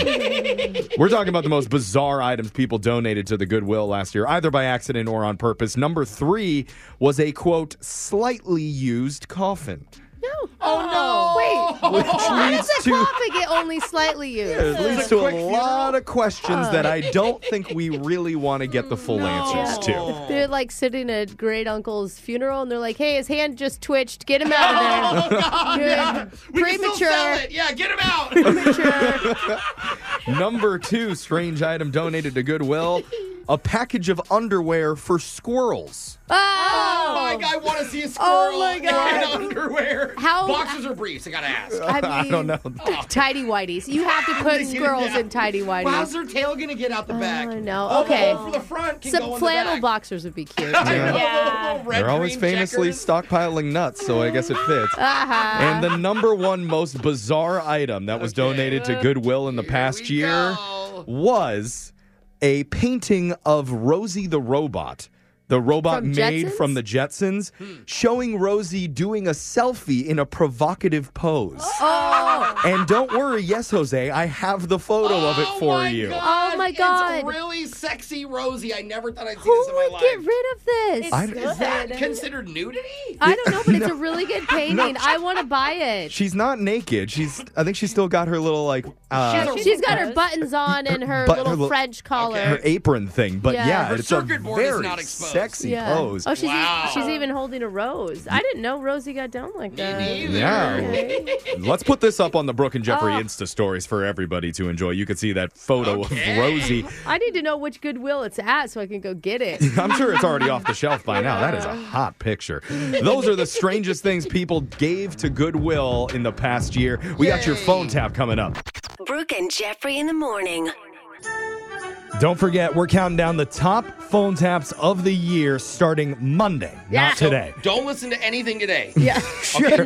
[SPEAKER 4] we're talking about the most bizarre items people donated to the Goodwill last year, either by accident or on purpose. Number three was a quote, slightly used coffin.
[SPEAKER 5] No.
[SPEAKER 11] Oh, no! Wait.
[SPEAKER 5] Why does
[SPEAKER 4] leads
[SPEAKER 5] the
[SPEAKER 4] to-
[SPEAKER 5] coffee get only slightly used?
[SPEAKER 4] It leads
[SPEAKER 11] a
[SPEAKER 4] to a
[SPEAKER 11] quick funeral.
[SPEAKER 4] lot of questions that I don't think we really want to get the full answers to.
[SPEAKER 11] Oh.
[SPEAKER 5] They're like sitting at great uncle's funeral and they're like, hey, his hand just twitched. Get him out of there. You're
[SPEAKER 11] Oh, We can still sell
[SPEAKER 5] premature.
[SPEAKER 11] it. Yeah, get him out. Oh
[SPEAKER 4] Number two, strange item donated to Goodwill: a package of underwear for squirrels.
[SPEAKER 5] Oh!
[SPEAKER 11] like, I want to see a squirrel
[SPEAKER 5] Oh, my God.
[SPEAKER 11] in underweer.
[SPEAKER 5] How- Oh,
[SPEAKER 11] Boxers or briefs? I gotta ask.
[SPEAKER 5] I, mean,
[SPEAKER 4] I don't know.
[SPEAKER 5] Tidy whities. You have to put
[SPEAKER 11] Yeah.
[SPEAKER 5] squirrels in tidy whities.
[SPEAKER 11] Well, how's their tail gonna get out the back?
[SPEAKER 5] I know.
[SPEAKER 11] Oh,
[SPEAKER 5] Okay.
[SPEAKER 11] the hole for the front can go
[SPEAKER 5] Some
[SPEAKER 11] in
[SPEAKER 5] flannel
[SPEAKER 11] the back.
[SPEAKER 5] boxers would be cute.
[SPEAKER 11] I know, the
[SPEAKER 12] Yeah.
[SPEAKER 11] little red,
[SPEAKER 4] They're always
[SPEAKER 11] green
[SPEAKER 4] famously
[SPEAKER 11] checkers.
[SPEAKER 4] stockpiling nuts, so I guess it fits.
[SPEAKER 5] Uh-huh.
[SPEAKER 4] And the number one most bizarre item that was donated to Goodwill in the past
[SPEAKER 11] we
[SPEAKER 4] year
[SPEAKER 11] go.
[SPEAKER 4] was a painting of Rosie the robot. The robot
[SPEAKER 5] From
[SPEAKER 4] made
[SPEAKER 5] Jetsons?
[SPEAKER 4] from the Jetsons,
[SPEAKER 11] Hmm.
[SPEAKER 4] showing Rosie doing a selfie in a provocative pose.
[SPEAKER 5] Oh,
[SPEAKER 4] And don't worry, yes, Jose, I have the photo of it
[SPEAKER 11] Oh
[SPEAKER 4] for
[SPEAKER 11] my
[SPEAKER 4] you.
[SPEAKER 11] God,
[SPEAKER 5] Oh my God.
[SPEAKER 11] It's really sexy, Rosie. I never thought I'd see
[SPEAKER 5] who
[SPEAKER 11] this in my
[SPEAKER 5] would
[SPEAKER 11] life.
[SPEAKER 5] get rid of this?
[SPEAKER 4] I-
[SPEAKER 5] I,
[SPEAKER 11] Is that considered nudity?
[SPEAKER 5] don't know, but it's a really good painting. I want to buy it.
[SPEAKER 4] She's not naked. She's I think she's still got her little like uh,
[SPEAKER 11] She's a-
[SPEAKER 5] She's got her buttons on and her
[SPEAKER 4] but- her
[SPEAKER 5] little
[SPEAKER 4] little-
[SPEAKER 5] French collar.
[SPEAKER 4] her apron thing, but yeah,
[SPEAKER 5] Yeah. Her
[SPEAKER 4] it's a
[SPEAKER 11] circuit board is
[SPEAKER 4] very
[SPEAKER 11] not exposed.
[SPEAKER 4] sexy
[SPEAKER 5] Yeah.
[SPEAKER 4] pose.
[SPEAKER 5] Oh, she's e-
[SPEAKER 11] Wow.
[SPEAKER 5] she's even holding a rose. I didn't know Rosie got down
[SPEAKER 4] Mm.
[SPEAKER 5] like uh, that.
[SPEAKER 11] Neither.
[SPEAKER 4] Yeah.
[SPEAKER 5] Okay.
[SPEAKER 4] Let's put this up on the Brooke and Jeffrey
[SPEAKER 5] Oh.
[SPEAKER 4] Insta stories for everybody to enjoy. You could see that photo
[SPEAKER 11] Okay.
[SPEAKER 4] of Rosie.
[SPEAKER 5] I need to know which Goodwill it's at so I can go get it.
[SPEAKER 4] I'm sure it's already off the shelf by now. That is a hot picture. Those are the strangest things people gave to Goodwill in the past year. We got your phone tap coming up.
[SPEAKER 7] Brooke and Jeffrey in the morning.
[SPEAKER 4] Don't forget, we're counting down the top phone taps of the year starting Monday,
[SPEAKER 5] Yeah.
[SPEAKER 4] not today.
[SPEAKER 11] Don't listen to anything today.
[SPEAKER 5] Yeah.
[SPEAKER 4] Sure. Turn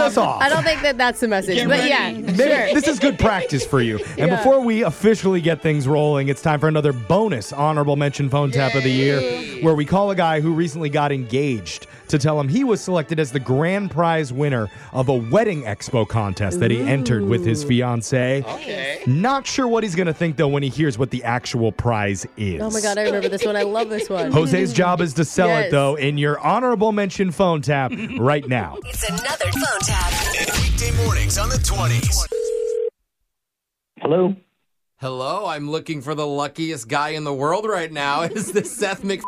[SPEAKER 4] us off.
[SPEAKER 5] I don't think that that's the message,
[SPEAKER 11] Get
[SPEAKER 5] but
[SPEAKER 11] ready.
[SPEAKER 5] yeah,
[SPEAKER 4] Maybe-
[SPEAKER 5] sure.
[SPEAKER 4] This is good practice for you. And
[SPEAKER 5] Yeah.
[SPEAKER 4] before we officially get things rolling, it's time for another bonus honorable mention phone tap of the year where we call a guy who recently got engaged to tell him he was selected as the grand prize winner of a wedding expo contest that he entered with his fiancee.
[SPEAKER 11] Okay.
[SPEAKER 4] Not sure what he's going to think though when he hears what the actual prize is.
[SPEAKER 5] Oh my god, I remember this one. I love this one.
[SPEAKER 4] Jose's job is to sell it
[SPEAKER 5] Yes.
[SPEAKER 4] though in your honorable mention phone tap right now.
[SPEAKER 7] It's another phone tap.
[SPEAKER 13] Weekday mornings on the 20s.
[SPEAKER 14] Hello.
[SPEAKER 3] Hello, I'm looking for the luckiest guy in the world right now. Is this Seth Mc?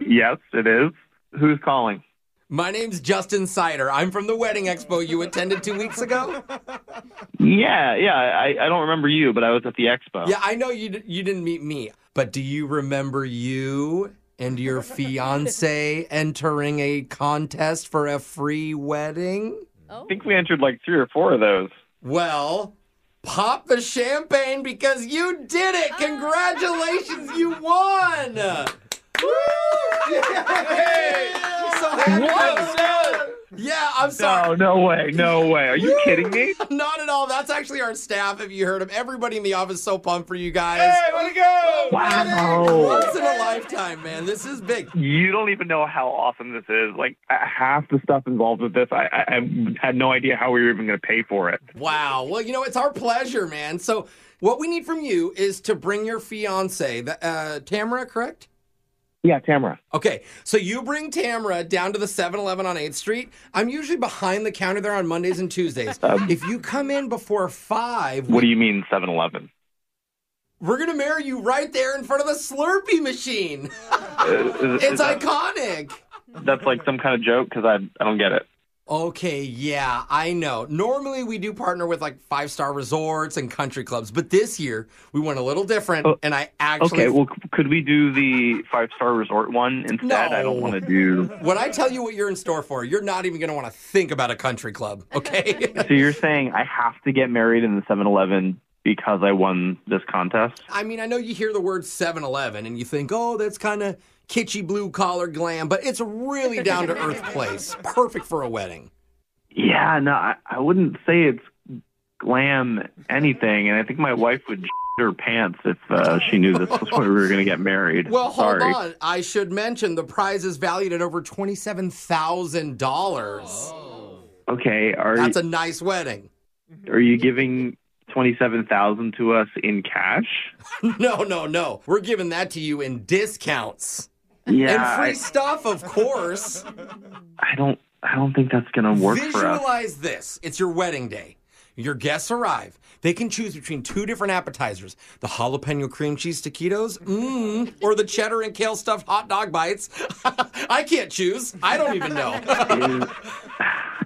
[SPEAKER 14] Yes, it is. Who's calling?
[SPEAKER 3] My name's Justin Sider. I'm from the wedding expo you attended two weeks ago.
[SPEAKER 14] Yeah, yeah. I, I don't remember you, but I was at the expo.
[SPEAKER 3] Yeah, I know you d- you didn't meet me, but do you remember you and your fiance entering a contest for a free wedding?
[SPEAKER 14] I think we entered like three or four of those.
[SPEAKER 3] Well, pop the champagne because you did it.
[SPEAKER 15] Ah.
[SPEAKER 3] Congratulations, you won. Woo! I'm so happy. Yeah, I'm sorry.
[SPEAKER 14] No, no way, no way. Are you kidding me?
[SPEAKER 3] Not at all. That's actually our staff. If you heard him, everybody in the office so pumped for you guys.
[SPEAKER 15] let it go!
[SPEAKER 14] Wow.
[SPEAKER 3] Once in a lifetime, man. This is big.
[SPEAKER 14] You don't even know how awesome this is. Like uh, half the stuff involved with this, I, I, I had no idea how we were even going to pay for it.
[SPEAKER 3] Wow. Well, you know, it's our pleasure, man. So, what we need from you is to bring your fiance, the, uh, Tamara, correct?
[SPEAKER 14] Yeah, Tamara.
[SPEAKER 3] Okay, so you bring Tamara down to the 7 Eleven on 8th Street. I'm usually behind the counter there on Mondays and Tuesdays. if you come in before 5,
[SPEAKER 14] Um, What do you mean, 7-Eleven?
[SPEAKER 3] we're going to marry you right there in front of the Slurpee machine. It's iconic.
[SPEAKER 14] That's like some kind of joke because I, I don't get it.
[SPEAKER 3] Okay, yeah, I know. Normally we do partner with like five star resorts and country clubs, but this year we went a little different,
[SPEAKER 14] Oh,
[SPEAKER 3] and I actually.
[SPEAKER 14] Okay, well, c- could we do the five-star resort one instead? I don't
[SPEAKER 3] No.
[SPEAKER 14] want to do.
[SPEAKER 3] when I tell you what you're in store for, you're not even going to want to think about a country club, okay?
[SPEAKER 14] So you're saying I have to get married in the 7-Eleven because I won this contest?
[SPEAKER 3] I mean, I know you hear the word 7 Eleven and you think, oh, that's kind of kitschy blue collar glam, but it's a really down to earth place. Perfect for a wedding.
[SPEAKER 14] Yeah, no, I, I wouldn't say it's glam anything, and I think my wife would her pants if uh, she knew this was when we were going to get married.
[SPEAKER 3] Well, hold
[SPEAKER 14] Sorry.
[SPEAKER 3] on. I should mention the prize is valued at over $27,000.
[SPEAKER 14] Okay, are
[SPEAKER 3] That's a nice wedding.
[SPEAKER 14] are you giving twenty seven thousand to us in cash?
[SPEAKER 3] No, no, no. We're giving that to you in discounts.
[SPEAKER 14] Yeah,
[SPEAKER 3] and free
[SPEAKER 14] I,
[SPEAKER 3] stuff, of course.
[SPEAKER 14] I don't I don't think that's going to work for us.
[SPEAKER 3] Visualize this. It's your wedding day. Your guests arrive. They can choose between two different appetizers the jalapeno cream cheese taquitos, mmm, or the cheddar and kale stuffed hot dog bites. I can't choose. I don't even know.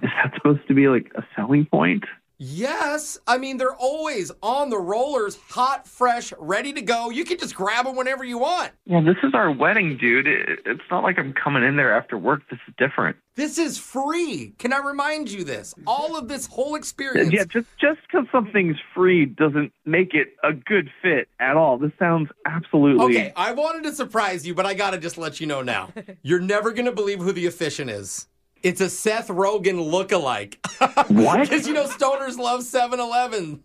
[SPEAKER 14] That's supposed to be like a selling point.
[SPEAKER 3] yes, I mean, they're always on the rollers, hot, fresh, ready to go. You can just grab them whenever you want.
[SPEAKER 14] Well, this is our wedding, dude. It, it's not like I'm coming in there after work. This is different.
[SPEAKER 3] This is free. Can I remind you this? All of this whole experience.
[SPEAKER 14] Yeah, just just because something's free doesn't make it a good fit at all. This sounds absolutely.
[SPEAKER 3] Okay, I wanted to surprise you, but I gotta just let you know now. You're never gonna believe who the officiant is. It's a Seth Rogen lookalike.
[SPEAKER 14] What?
[SPEAKER 3] Because you know stoners love 7-Eleven.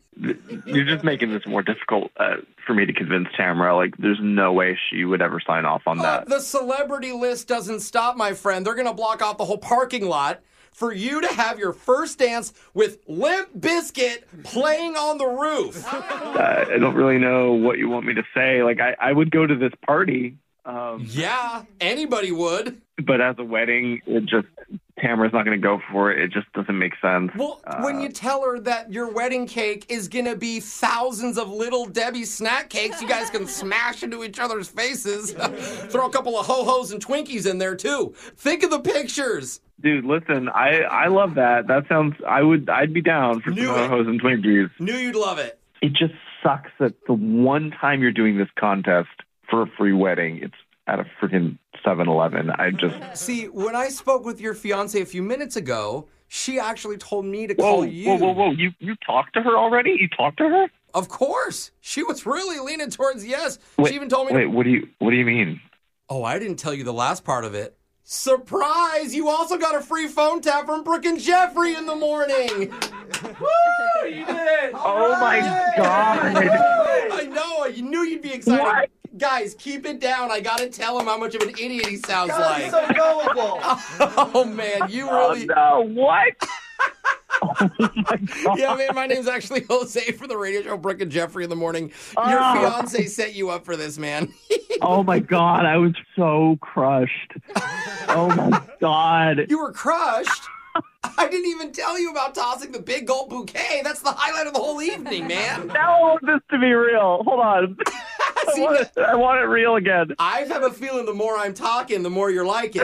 [SPEAKER 14] You're just making this more difficult uh, for me to convince Tamara. Like, there's no way she would ever sign off on that.
[SPEAKER 3] Oh, The celebrity list doesn't stop, my friend. They're gonna block off the whole parking lot for you to have your first dance with Limp Biscuit playing on the roof.
[SPEAKER 14] Uh, I I don't really know what you want me to say. Like, I, I would go to this party, um,
[SPEAKER 3] yeah, anybody would.
[SPEAKER 14] but as a wedding, it just Tamara's not going to go for it. It just doesn't make sense.
[SPEAKER 3] Well, when
[SPEAKER 14] Um,
[SPEAKER 3] you tell her that your wedding cake is gonna be thousands of little Debbie snack cakes, you guys can smash into each other's faces. Throw a couple of ho hos and Twinkies in there too. Think of the pictures.
[SPEAKER 14] Dude, listen, I I love that. That sounds. I would. I'd be down for
[SPEAKER 3] Knew
[SPEAKER 14] some
[SPEAKER 3] it.
[SPEAKER 14] hos and Twinkies.
[SPEAKER 3] Knew you'd love it.
[SPEAKER 14] It just sucks that the one time you're doing this contest for a free wedding, it's at a freaking 7-Eleven. I just.
[SPEAKER 3] See, when I spoke with your fiance a few minutes ago, she actually told me to
[SPEAKER 14] Whoa,
[SPEAKER 3] call you.
[SPEAKER 14] whoa, whoa, whoa! You you talked to her already? You talked to her?
[SPEAKER 3] Of course, she was really leaning towards yes.
[SPEAKER 14] Wait,
[SPEAKER 3] she even told me.
[SPEAKER 14] Wait, what do you what do you mean?
[SPEAKER 3] Oh, I didn't tell you the last part of it. Surprise! You also got a free phone tap from Brooke and Jeffrey in the morning. Woo! You did it!
[SPEAKER 14] Oh my god!
[SPEAKER 3] I know. I knew you'd be excited. Guys, keep it down. I gotta tell him how much of an idiot he sounds like.
[SPEAKER 16] so gullible.
[SPEAKER 3] oh man, you really.
[SPEAKER 14] Oh, no, what?
[SPEAKER 3] yeah, man. My name's actually Jose for the radio show Brooke and Jeffrey in the morning. Your
[SPEAKER 14] Oh.
[SPEAKER 3] fiance set you up for this, man.
[SPEAKER 14] Oh my god! I was so crushed. Oh my god!
[SPEAKER 3] You were crushed. I didn't even tell you about tossing the big gold bouquet. That's the highlight of the whole evening, man.
[SPEAKER 14] Now I want this to be real. Hold on. I want it, I want it real again.
[SPEAKER 3] I have a feeling the more I'm talking, the more you're liking.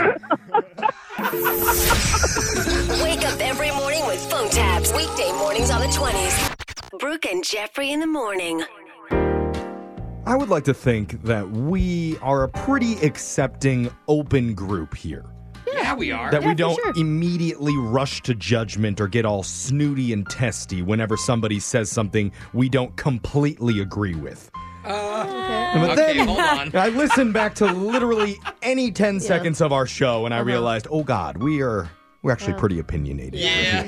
[SPEAKER 7] Wake up every morning with phone tabs. Weekday mornings on the 20s. Brooke and Jeffrey in the morning.
[SPEAKER 4] I would like to think that we are a pretty accepting, open group here.
[SPEAKER 17] Yeah, we are.
[SPEAKER 4] That we don't immediately rush to judgment or get all snooty and testy whenever somebody says something we don't completely agree with.
[SPEAKER 17] Uh,
[SPEAKER 4] But then I listened back to literally any 10 seconds of our show
[SPEAKER 17] Uh-huh.
[SPEAKER 4] and I realized, oh God, we are we're actually pretty opinionated.
[SPEAKER 17] Yeah.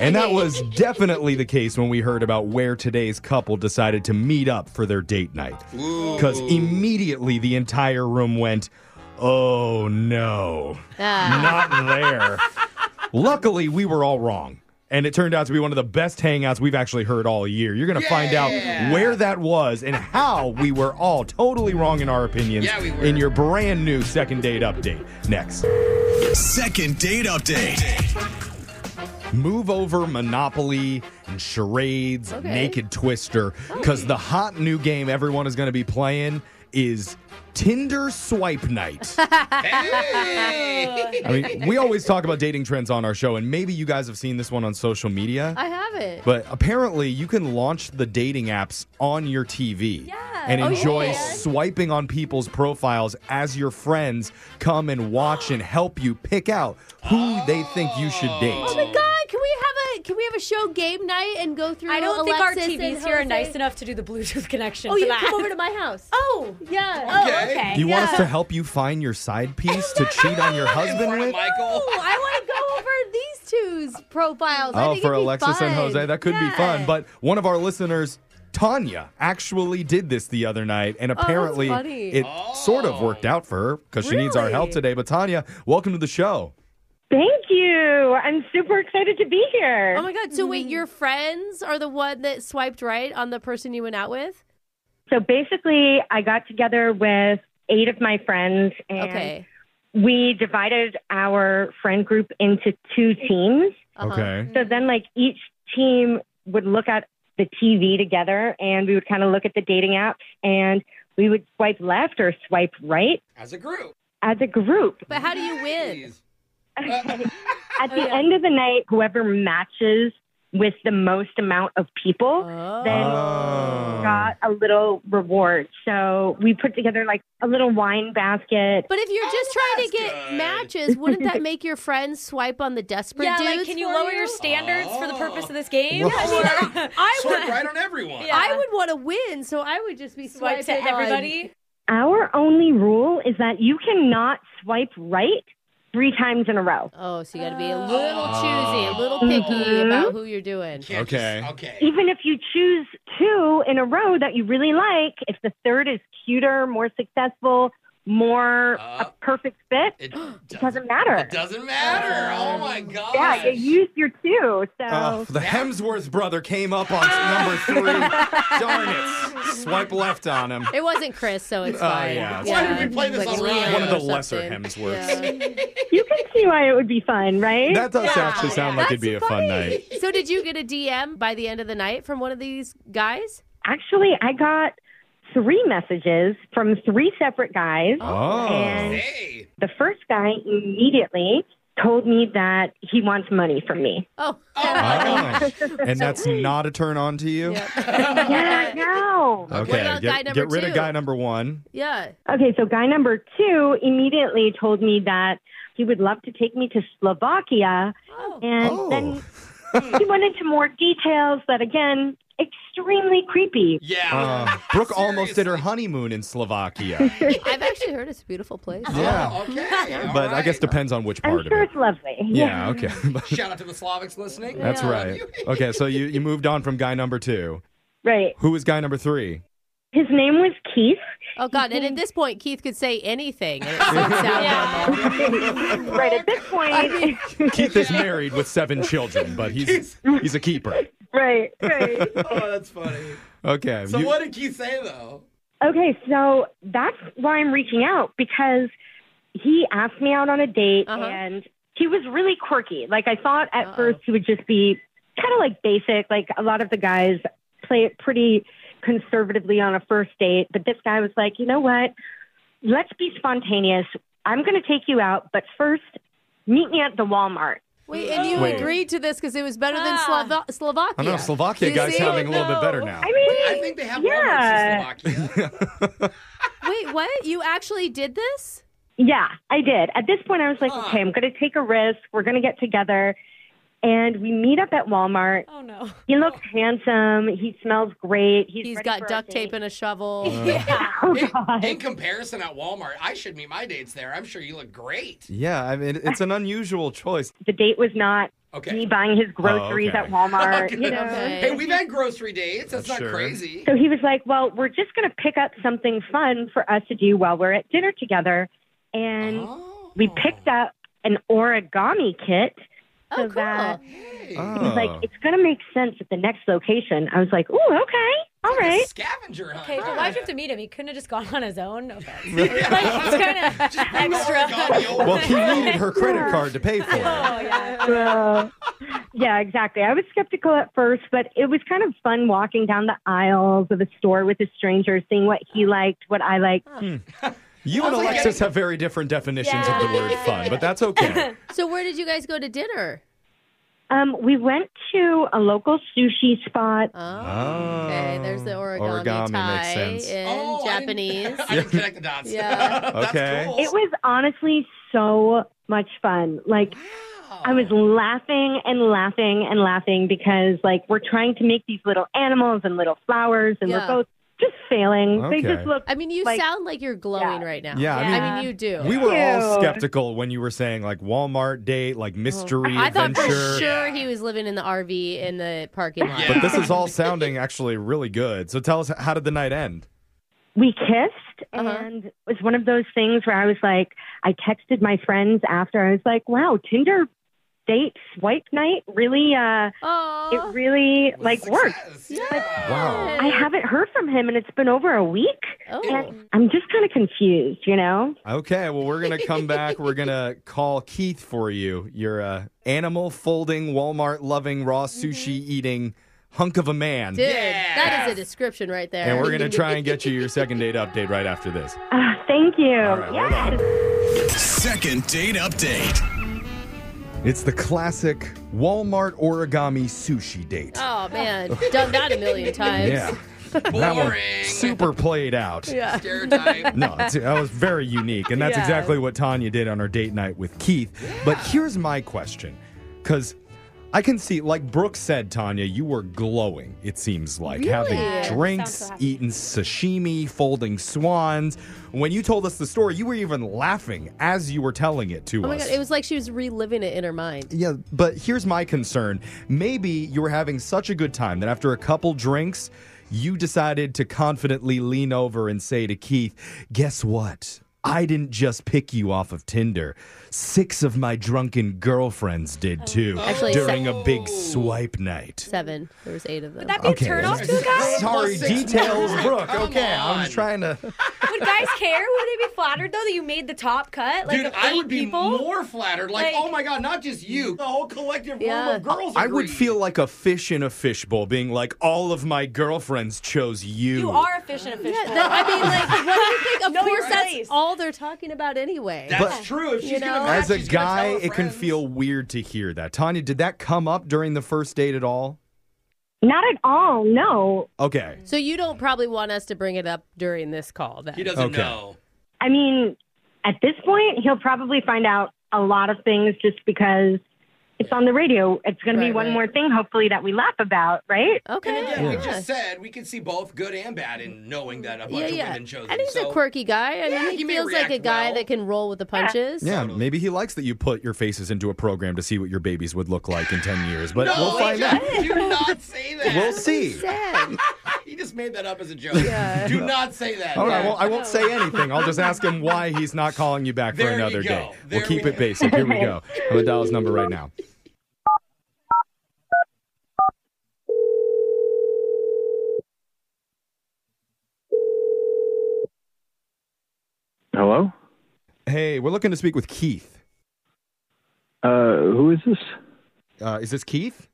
[SPEAKER 4] And that was definitely the case when we heard about where today's couple decided to meet up for their date night. Because immediately the entire room went, oh no, not there. Luckily, we were all wrong. And it turned out to be one of the best hangouts we've actually heard all year. You're going to find out where that was and how we were all totally wrong in our opinions
[SPEAKER 8] Yeah, we were.
[SPEAKER 4] in your brand new second date update. Next.
[SPEAKER 8] Second date update.
[SPEAKER 4] Move over Monopoly and charades, and naked twister, because the hot new game everyone is going to be playing is Tinder Swipe Night. I mean, we always talk about dating trends on our show, and maybe you guys have seen this one on social media.
[SPEAKER 5] I haven't.
[SPEAKER 4] But apparently, you can launch the dating apps on your TV and
[SPEAKER 5] Oh,
[SPEAKER 4] enjoy
[SPEAKER 5] yeah.
[SPEAKER 4] swiping on people's profiles as your friends come and watch and help you pick out who they think you should date.
[SPEAKER 5] Oh my god! Can we have a can we have a show game night and go through?
[SPEAKER 2] I don't
[SPEAKER 5] Alexis
[SPEAKER 2] think our
[SPEAKER 5] and
[SPEAKER 2] TVs here are
[SPEAKER 5] Jose?
[SPEAKER 2] nice enough to do the Bluetooth connection.
[SPEAKER 5] Oh,
[SPEAKER 2] for
[SPEAKER 5] you
[SPEAKER 2] that.
[SPEAKER 5] can come over to my house.
[SPEAKER 2] Oh,
[SPEAKER 5] Yeah.
[SPEAKER 2] okay.
[SPEAKER 4] Do you want us
[SPEAKER 5] Yeah.
[SPEAKER 4] to help you find your side piece to cheat on your husband with?
[SPEAKER 17] Michael.
[SPEAKER 5] Oh, I want to go over these two's profiles. I
[SPEAKER 4] Oh,
[SPEAKER 5] think
[SPEAKER 4] for
[SPEAKER 5] it'd be
[SPEAKER 4] Alexis
[SPEAKER 5] fun.
[SPEAKER 4] and Jose, that could be fun. But one of our listeners, Tanya, actually did this the other night, and
[SPEAKER 5] Oh, that's
[SPEAKER 4] apparently
[SPEAKER 5] funny.
[SPEAKER 4] it sort of worked out for her because she needs our help
[SPEAKER 18] Really?
[SPEAKER 4] today. But Tanya, welcome to the show.
[SPEAKER 18] Thank you. I'm super excited to be here.
[SPEAKER 5] Oh my god! So
[SPEAKER 2] Mm-hmm.
[SPEAKER 5] wait, your friends are the one that swiped right on the person you went out with?
[SPEAKER 18] So basically, I got together with eight of my friends, and
[SPEAKER 5] Okay.
[SPEAKER 18] we divided our friend group into two teams.
[SPEAKER 5] Uh-huh.
[SPEAKER 19] Okay.
[SPEAKER 18] So then, like, each team would look at the TV together and we would kind of look at the dating app and we would swipe left or swipe right
[SPEAKER 3] As a group.
[SPEAKER 18] as a group.
[SPEAKER 5] But how do you win?
[SPEAKER 18] At the end of the night, whoever matches with the most amount of people then
[SPEAKER 4] Ah.
[SPEAKER 18] got a little reward. So we put together like a little wine basket.
[SPEAKER 5] But if you're just trying to get matches, wouldn't that make your friends swipe on the desperate
[SPEAKER 2] Yeah,
[SPEAKER 5] dudes?
[SPEAKER 2] like, can you lower your standards for the purpose of this game?
[SPEAKER 5] Yeah, I mean, I
[SPEAKER 2] Swipe
[SPEAKER 5] would
[SPEAKER 2] right on everyone.
[SPEAKER 5] I would want to win, so I would just be
[SPEAKER 2] Swipe
[SPEAKER 5] swiping
[SPEAKER 2] to everybody.
[SPEAKER 18] Our only rule is that you cannot swipe right three times in a row.
[SPEAKER 5] Oh, so you got to be a little choosy, a little
[SPEAKER 4] Mm-hmm.
[SPEAKER 5] picky
[SPEAKER 18] Mhm.
[SPEAKER 5] about who you're doing.
[SPEAKER 4] Okay.
[SPEAKER 3] okay.
[SPEAKER 18] Even if you choose two in a row that you really like, if the third is cuter, more successful, more a perfect fit,
[SPEAKER 3] Uh, it
[SPEAKER 18] doesn't, matter. Um,
[SPEAKER 3] It doesn't matter. Oh my god.
[SPEAKER 18] Yeah, you used your two. So
[SPEAKER 4] Uh. Ah,
[SPEAKER 20] Ugh, the Hemsworth brother came up on number three. Darn it. Swipe left on him.
[SPEAKER 5] It wasn't Chris, so it's
[SPEAKER 20] Oh,
[SPEAKER 5] fine.
[SPEAKER 20] yeah, it's Why fine. did we play this
[SPEAKER 5] Like
[SPEAKER 20] on
[SPEAKER 5] Leo
[SPEAKER 20] radio? One of the
[SPEAKER 5] or
[SPEAKER 20] lesser
[SPEAKER 5] something.
[SPEAKER 20] Hemsworths.
[SPEAKER 18] you can see why it would be fun, right?
[SPEAKER 4] That does actually sound like it'd be a fun night.
[SPEAKER 5] So did you get a DM by the end of the night from one of these guys?
[SPEAKER 18] Actually, I got three messages from three separate guys.
[SPEAKER 4] Oh.
[SPEAKER 18] And the first guy immediately told me that he wants money from me.
[SPEAKER 5] Oh.
[SPEAKER 4] Oh. And that's not a turn on to you?
[SPEAKER 18] yeah, no.
[SPEAKER 4] Okay. get, get rid of guy number one.
[SPEAKER 5] Yeah.
[SPEAKER 18] Okay, so guy number two immediately told me that he would love to take me to Slovakia. And
[SPEAKER 4] Oh.
[SPEAKER 18] then he went into more details that, again, extremely creepy.
[SPEAKER 4] Uh, Brooke almost did her honeymoon in Slovakia.
[SPEAKER 5] I've actually heard it's a beautiful place.
[SPEAKER 4] Yeah.
[SPEAKER 5] okay.
[SPEAKER 4] But I guess depends on which part of it.
[SPEAKER 18] it's lovely.
[SPEAKER 4] Yeah, okay.
[SPEAKER 3] Shout out to the Slavics listening.
[SPEAKER 4] That's right. Okay, so you, you moved on from guy number two.
[SPEAKER 18] Right.
[SPEAKER 4] Who was guy number three?
[SPEAKER 18] His name was Keith.
[SPEAKER 5] Oh God! And at this point, Keith could say anything. And it sits out normal.
[SPEAKER 18] right at this point,
[SPEAKER 4] Keith is married with seven children, but he's he's a keeper.
[SPEAKER 18] right, right.
[SPEAKER 3] oh, that's funny.
[SPEAKER 4] Okay.
[SPEAKER 3] So
[SPEAKER 4] you-
[SPEAKER 3] what did Keith say though?
[SPEAKER 18] Okay, so that's why I'm reaching out because he asked me out on a date
[SPEAKER 3] Uh-huh.
[SPEAKER 18] and he was really quirky. Like I thought at first he would just be kind of like basic, like a lot of the guys play it pretty conservatively on a first date, but this guy was like, "You know what? Let's be spontaneous. I'm going to take you out, but first meet me at the Walmart."
[SPEAKER 5] Wait, and you
[SPEAKER 4] Wait.
[SPEAKER 5] agreed to this because it was better than Slova- Slovakia.
[SPEAKER 4] I know Slovakia
[SPEAKER 5] You
[SPEAKER 4] guy's
[SPEAKER 5] see?
[SPEAKER 4] sounding a little bit better now.
[SPEAKER 5] I
[SPEAKER 3] mean, I think they have
[SPEAKER 18] yeah.
[SPEAKER 5] Wait, what? You actually did this?
[SPEAKER 18] Yeah, I did. At this point, I was like, okay, I'm going to take a risk. We're going to get together. And we meet up at Walmart.
[SPEAKER 2] Oh, no.
[SPEAKER 18] He looks handsome. He smells great. He's,
[SPEAKER 5] He's
[SPEAKER 18] ready
[SPEAKER 5] got
[SPEAKER 18] for Oh,
[SPEAKER 5] duct tape and a shovel.
[SPEAKER 3] in, in comparison at Walmart, I should meet my dates there. I'm sure you look great.
[SPEAKER 4] Yeah, I mean it's an unusual choice.
[SPEAKER 18] The date was not me buying his groceries
[SPEAKER 4] okay.
[SPEAKER 18] at Walmart.
[SPEAKER 3] Okay.
[SPEAKER 18] you know?
[SPEAKER 3] Hey, we've had grocery dates. That's not crazy.
[SPEAKER 18] So he was like, well, we're just going to pick up something fun for us to do while we're at dinner together. And
[SPEAKER 3] Oh.
[SPEAKER 18] we picked up an origami kit. So that he's
[SPEAKER 4] Oh.
[SPEAKER 18] like, it's going to make sense at the next location. I was like, ooh, okay. All right.
[SPEAKER 3] Scavenger hunt.
[SPEAKER 2] Okay, but why'd you have to meet him? He couldn't have just gone on his own. No offense.
[SPEAKER 4] Yeah.
[SPEAKER 2] Like, it's kind of extra.
[SPEAKER 4] Oh. Well, he needed her credit card to pay for it.
[SPEAKER 18] Well, yeah, exactly. I was skeptical at first, but it was kind of fun walking down the aisles of a store with a stranger, seeing what he liked, what I liked.
[SPEAKER 4] You and Alexis have very different definitions of the word fun, but that's okay.
[SPEAKER 5] so where did you guys go to dinner?
[SPEAKER 18] Um, we went to a local sushi spot.
[SPEAKER 4] Ah.
[SPEAKER 5] Okay, there's the origami,
[SPEAKER 4] Origami makes
[SPEAKER 5] tie
[SPEAKER 4] sense.
[SPEAKER 5] in Japanese.
[SPEAKER 3] Oh, I didn't connect the dots.
[SPEAKER 5] Yeah.
[SPEAKER 4] Okay.
[SPEAKER 18] It was honestly so much fun. Like, I was laughing and laughing and laughing because, like, we're trying to make these little animals and little flowers, and
[SPEAKER 5] Yeah.
[SPEAKER 18] we're both just failing. They
[SPEAKER 4] Okay.
[SPEAKER 18] just look.
[SPEAKER 5] I mean, you
[SPEAKER 18] like-
[SPEAKER 5] sound like you're glowing right now.
[SPEAKER 4] Yeah, I mean-
[SPEAKER 5] I mean you do.
[SPEAKER 4] We were all skeptical when you were saying like Walmart date, like mystery
[SPEAKER 5] Oh, I thought
[SPEAKER 4] adventure.
[SPEAKER 5] for sure he was living in the RV in the parking lot.
[SPEAKER 4] But this is all sounding actually really good. So tell us, how did the night end?
[SPEAKER 18] we kissed
[SPEAKER 3] Uh-huh.
[SPEAKER 18] and it was one of those things where I was like, I texted my friends after. I was like, wow, Tinder date swipe night really, uh,
[SPEAKER 3] Oh.
[SPEAKER 18] it really like worked.
[SPEAKER 5] Yeah.
[SPEAKER 4] Wow.
[SPEAKER 18] I haven't heard from him and it's been over a week.
[SPEAKER 3] Oh.
[SPEAKER 18] And I'm just kind of confused, you know?
[SPEAKER 4] Okay, well, we're going to come back. We're going to call Keith for you. You're a animal folding, Walmart loving, raw sushi eating hunk of a man.
[SPEAKER 5] Mm-hmm. Dude, that is a description right there.
[SPEAKER 4] And we're going to try and get you your second date update right after this.
[SPEAKER 18] Uh, thank you.
[SPEAKER 8] Second date update.
[SPEAKER 4] It's the classic Walmart origami sushi date.
[SPEAKER 5] Oh man, done that a million times.
[SPEAKER 4] Yeah. That one super played out.
[SPEAKER 5] Yeah.
[SPEAKER 3] Stereotype.
[SPEAKER 4] No, it's- that was very unique. And that's
[SPEAKER 3] Yeah.
[SPEAKER 4] exactly what Tanya did on her date night with Keith. But here's my question because I can see, like Brooke said, Tanya, you were glowing, it seems like,
[SPEAKER 19] Really?
[SPEAKER 4] having drinks, eating sashimi, folding swans. When you told us the story, you were even laughing as you were telling it to
[SPEAKER 5] Oh
[SPEAKER 4] us.
[SPEAKER 5] my god, it was like she was reliving it in her mind.
[SPEAKER 4] Yeah, but here's my concern. Maybe you were having such a good time that after a couple drinks, you decided to confidently lean over and say to Keith, Guess what? I didn't just pick you off of Tinder. Six of my drunken girlfriends
[SPEAKER 2] Oh.
[SPEAKER 4] did too
[SPEAKER 5] Actually,
[SPEAKER 4] during a big swipe night.
[SPEAKER 5] Seven. There was eight of them. Would
[SPEAKER 2] that be a Oh. turn off to a guy?
[SPEAKER 4] Sorry, details, Brooke.
[SPEAKER 2] Come
[SPEAKER 4] okay, I
[SPEAKER 2] on.
[SPEAKER 4] was trying to.
[SPEAKER 2] Would guys care? Would they be flattered though that you made the top cut? Like
[SPEAKER 3] Dude,
[SPEAKER 2] of
[SPEAKER 3] I
[SPEAKER 2] eight
[SPEAKER 3] would be
[SPEAKER 2] people?
[SPEAKER 3] more flattered. Like, oh my god, not just you, the whole collective room of girls.
[SPEAKER 4] I would feel like a fish in a fishbowl, being like, all of my girlfriends chose you.
[SPEAKER 2] You are efficient, efficient.
[SPEAKER 5] Yeah, that- I mean, like, what do you think? Of
[SPEAKER 2] Know your
[SPEAKER 5] course, that's
[SPEAKER 2] place.
[SPEAKER 5] all they're talking about anyway.
[SPEAKER 4] But- as a guy, it can feel weird to hear that. Tanya, did that come up during the first date at all?
[SPEAKER 18] Not at all, no.
[SPEAKER 4] Okay.
[SPEAKER 3] Mm.
[SPEAKER 5] So you don't probably want us to bring it up during this call, then.
[SPEAKER 3] He
[SPEAKER 4] doesn't Okay. know.
[SPEAKER 18] I mean, at this point, he'll probably find out a lot of things just because it's on the radio. It's going to be
[SPEAKER 3] Right,
[SPEAKER 18] one
[SPEAKER 3] right.
[SPEAKER 18] more thing, hopefully, that we laugh about, right?
[SPEAKER 5] Okay.
[SPEAKER 3] And again, we
[SPEAKER 18] Yeah.
[SPEAKER 3] just said we can see both good and bad in knowing that a bunch
[SPEAKER 5] Yeah,
[SPEAKER 3] of
[SPEAKER 5] yeah.
[SPEAKER 3] women chose
[SPEAKER 5] And
[SPEAKER 3] him.
[SPEAKER 5] he's
[SPEAKER 3] so,
[SPEAKER 5] a quirky guy. I
[SPEAKER 3] Yeah,
[SPEAKER 5] mean, he,
[SPEAKER 3] he may
[SPEAKER 5] feels like a
[SPEAKER 3] react
[SPEAKER 5] guy
[SPEAKER 3] well.
[SPEAKER 5] that can roll with the punches.
[SPEAKER 4] Yeah, maybe he likes that you put your faces into a program to see what your babies would look like in 10 years, but
[SPEAKER 3] no,
[SPEAKER 4] we'll find out.
[SPEAKER 3] Do not say that.
[SPEAKER 4] We'll see.
[SPEAKER 3] he just made that up as a joke. Do not say that.
[SPEAKER 4] All right, well, I won't say anything. I'll just ask him why he's not calling you back for
[SPEAKER 3] There you
[SPEAKER 4] another
[SPEAKER 3] go.
[SPEAKER 4] day.
[SPEAKER 3] There
[SPEAKER 4] we'll keep
[SPEAKER 3] we
[SPEAKER 4] it
[SPEAKER 3] go.
[SPEAKER 4] basic. Here we go. I'm going to dial his number right now.
[SPEAKER 14] Hello?
[SPEAKER 4] Hey, we're looking to speak with Keith.
[SPEAKER 14] Uh, who is this?
[SPEAKER 4] Uh, is this Keith?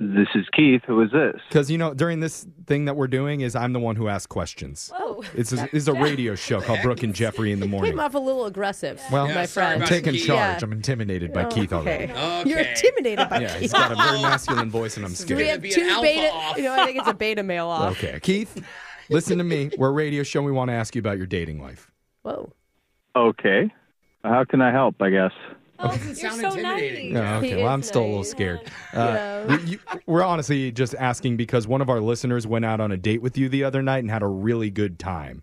[SPEAKER 14] This is Keith. Who is this?
[SPEAKER 4] Because, you know, during this thing that we're doing is I'm the one who asks questions.
[SPEAKER 5] Oh.
[SPEAKER 4] It's a, it's a radio show called Brooke and Jeffrey in the Morning.
[SPEAKER 5] Came off a little aggressive.
[SPEAKER 4] Oh. Well,
[SPEAKER 5] my friend.
[SPEAKER 4] I'm taking
[SPEAKER 5] Yeah.
[SPEAKER 4] charge. I'm intimidated by
[SPEAKER 5] Oh,
[SPEAKER 4] Keith already.
[SPEAKER 5] okay. You're intimidated by
[SPEAKER 4] Yeah,
[SPEAKER 5] Keith.
[SPEAKER 4] he's got a very masculine voice, and I'm
[SPEAKER 5] we
[SPEAKER 4] scared.
[SPEAKER 5] have two beta. You know, I think it's a beta male off.
[SPEAKER 4] Okay, Keith, listen to me. We're a radio show. and We want to ask you about your dating life.
[SPEAKER 5] Whoa.
[SPEAKER 14] Okay. How can I help, I guess?
[SPEAKER 3] You're so intimidating.
[SPEAKER 4] No, okay, well, I'm still a little scared. Uh, we, you, we're honestly just asking because one of our listeners went out on a date with you the other night and had a really good time,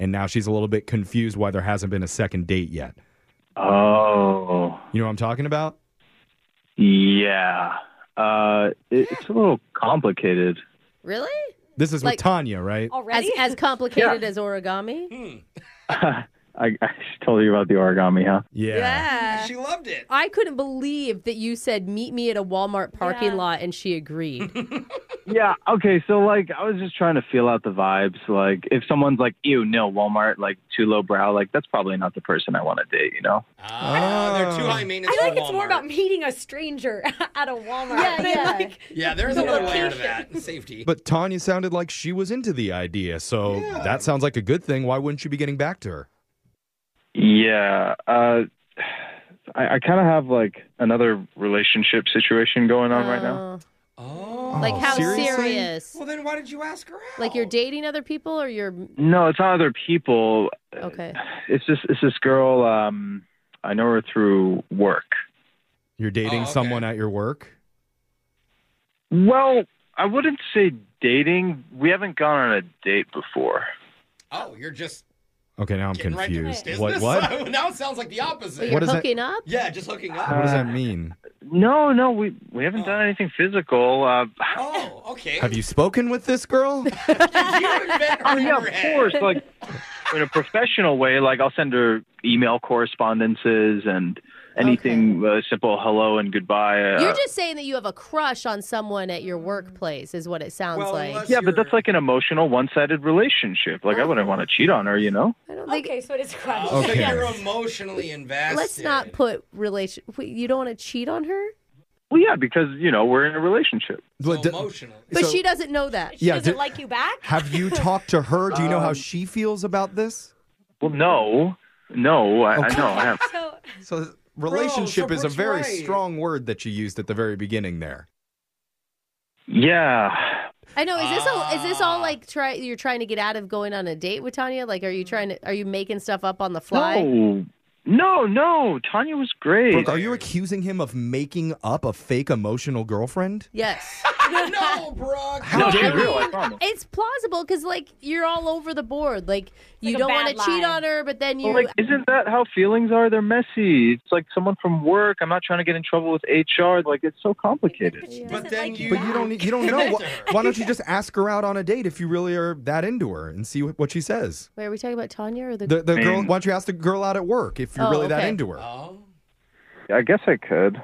[SPEAKER 4] and now she's a little bit confused why there hasn't been a second date yet.
[SPEAKER 14] Oh.
[SPEAKER 4] You know what I'm talking about?
[SPEAKER 14] Yeah. Uh, it, it's a little complicated.
[SPEAKER 5] Really?
[SPEAKER 4] This is
[SPEAKER 5] Like- oh,
[SPEAKER 4] with Tanya, right?
[SPEAKER 5] Already? As, as complicated as origami?
[SPEAKER 14] I, I told you about the origami, huh?
[SPEAKER 5] Yeah.
[SPEAKER 3] She loved it.
[SPEAKER 5] I couldn't believe that you said, meet me at a Walmart parking lot, and she agreed.
[SPEAKER 14] Yeah. Okay. So, like, I was just trying to feel out the vibes. Like, if someone's like, ew, no, Walmart, like, too lowbrow, like, that's probably not the person I want to date, you know?
[SPEAKER 3] Ah, they're too high
[SPEAKER 2] I
[SPEAKER 3] maintenance
[SPEAKER 2] feel like
[SPEAKER 3] for
[SPEAKER 2] it's more
[SPEAKER 3] Walmart.
[SPEAKER 2] about meeting a stranger at a Walmart. Yeah, yeah. Like,
[SPEAKER 3] yeah, there's
[SPEAKER 2] the
[SPEAKER 3] another layer to
[SPEAKER 2] location.
[SPEAKER 3] that. Safety.
[SPEAKER 4] But Tanya sounded like she was into the idea, so that sounds like a good thing. Why wouldn't you be getting back to her?
[SPEAKER 14] Yeah. Uh, I, I kind of have, like, another relationship situation going on right now.
[SPEAKER 5] like,
[SPEAKER 4] Oh,
[SPEAKER 5] how
[SPEAKER 14] seriously?
[SPEAKER 5] serious?
[SPEAKER 3] Oh, Well, then why did you ask her out?
[SPEAKER 5] Like, you're dating other people, or you're.
[SPEAKER 14] No, it's not other people.
[SPEAKER 5] Okay.
[SPEAKER 14] It's just, it's this girl. Um, I know her through work.
[SPEAKER 4] You're dating someone at your work?
[SPEAKER 14] Well, I wouldn't say dating. We haven't gone on a date before.
[SPEAKER 3] Oh, you're just
[SPEAKER 4] Okay, now I'm
[SPEAKER 3] getting right to
[SPEAKER 4] confused.
[SPEAKER 3] business.
[SPEAKER 4] what? What?
[SPEAKER 3] now it sounds like the opposite.
[SPEAKER 14] But What you're is that- hooking
[SPEAKER 5] up?
[SPEAKER 3] Yeah, just hooking up.
[SPEAKER 4] what does that mean?
[SPEAKER 14] No, no, we we haven't done anything physical. Uh,
[SPEAKER 3] oh, okay.
[SPEAKER 4] Have you spoken with this girl?
[SPEAKER 14] oh yeah, of course. Like in a professional way, like I'll send her email correspondences and
[SPEAKER 8] anything uh, simple, hello and goodbye. uh,
[SPEAKER 5] You're just saying that you have a crush on someone at your workplace, is what it sounds like.
[SPEAKER 8] yeah, but that's like an emotional, one-sided relationship. Like I wouldn't want to cheat on her, you know.
[SPEAKER 5] okay, so it is crush.
[SPEAKER 3] Oh, So you're emotionally invested.
[SPEAKER 5] Let's not put relation. wait, You don't want to cheat on her,
[SPEAKER 8] Well, yeah, because you know we're in a relationship.
[SPEAKER 3] emotional.
[SPEAKER 5] but she doesn't know that.
[SPEAKER 4] She Yeah, doesn't do-
[SPEAKER 5] like you back.
[SPEAKER 4] Have you talked to her? Do you know how
[SPEAKER 8] Um,
[SPEAKER 4] she feels about this?
[SPEAKER 8] Well, no, no, I, I know I have.
[SPEAKER 4] So relationship is a
[SPEAKER 8] Brooke's
[SPEAKER 4] very
[SPEAKER 8] right.
[SPEAKER 4] strong word that you used at the very beginning there.
[SPEAKER 8] Yeah,
[SPEAKER 5] I know. Is this all? Is this
[SPEAKER 3] Ah.
[SPEAKER 5] all like try? You're trying to get out of going on a date with Tanya? Like, are
[SPEAKER 3] Mm.
[SPEAKER 5] you trying to? Are you making stuff up on the fly?
[SPEAKER 8] No, no, no. Tanya was great.
[SPEAKER 4] Brooke, are you accusing him of making up a fake emotional girlfriend?
[SPEAKER 5] Yes.
[SPEAKER 3] no, Brooke.
[SPEAKER 4] How
[SPEAKER 8] she's
[SPEAKER 4] dare
[SPEAKER 8] real,
[SPEAKER 4] you?
[SPEAKER 8] I promise.
[SPEAKER 5] It's plausible because like you're all over the board. Like you
[SPEAKER 21] a
[SPEAKER 5] don't
[SPEAKER 21] bad
[SPEAKER 5] want to cheat
[SPEAKER 21] lie.
[SPEAKER 5] on her, but then you.
[SPEAKER 8] Well, like, isn't that how feelings are? They're messy. It's like someone from work. I'm not trying to get in trouble with HR. Like, it's so complicated.
[SPEAKER 3] But then you,
[SPEAKER 4] But you don't you don't know. Why, why don't you just ask her out on a date if you really are that into her and see what, what she says?
[SPEAKER 5] Wait, are we talking about Tanya or the,
[SPEAKER 4] The, the girl. Why don't you ask the girl out at work if you're
[SPEAKER 5] Oh,
[SPEAKER 4] really that
[SPEAKER 5] okay.
[SPEAKER 4] into her?
[SPEAKER 8] I guess I could.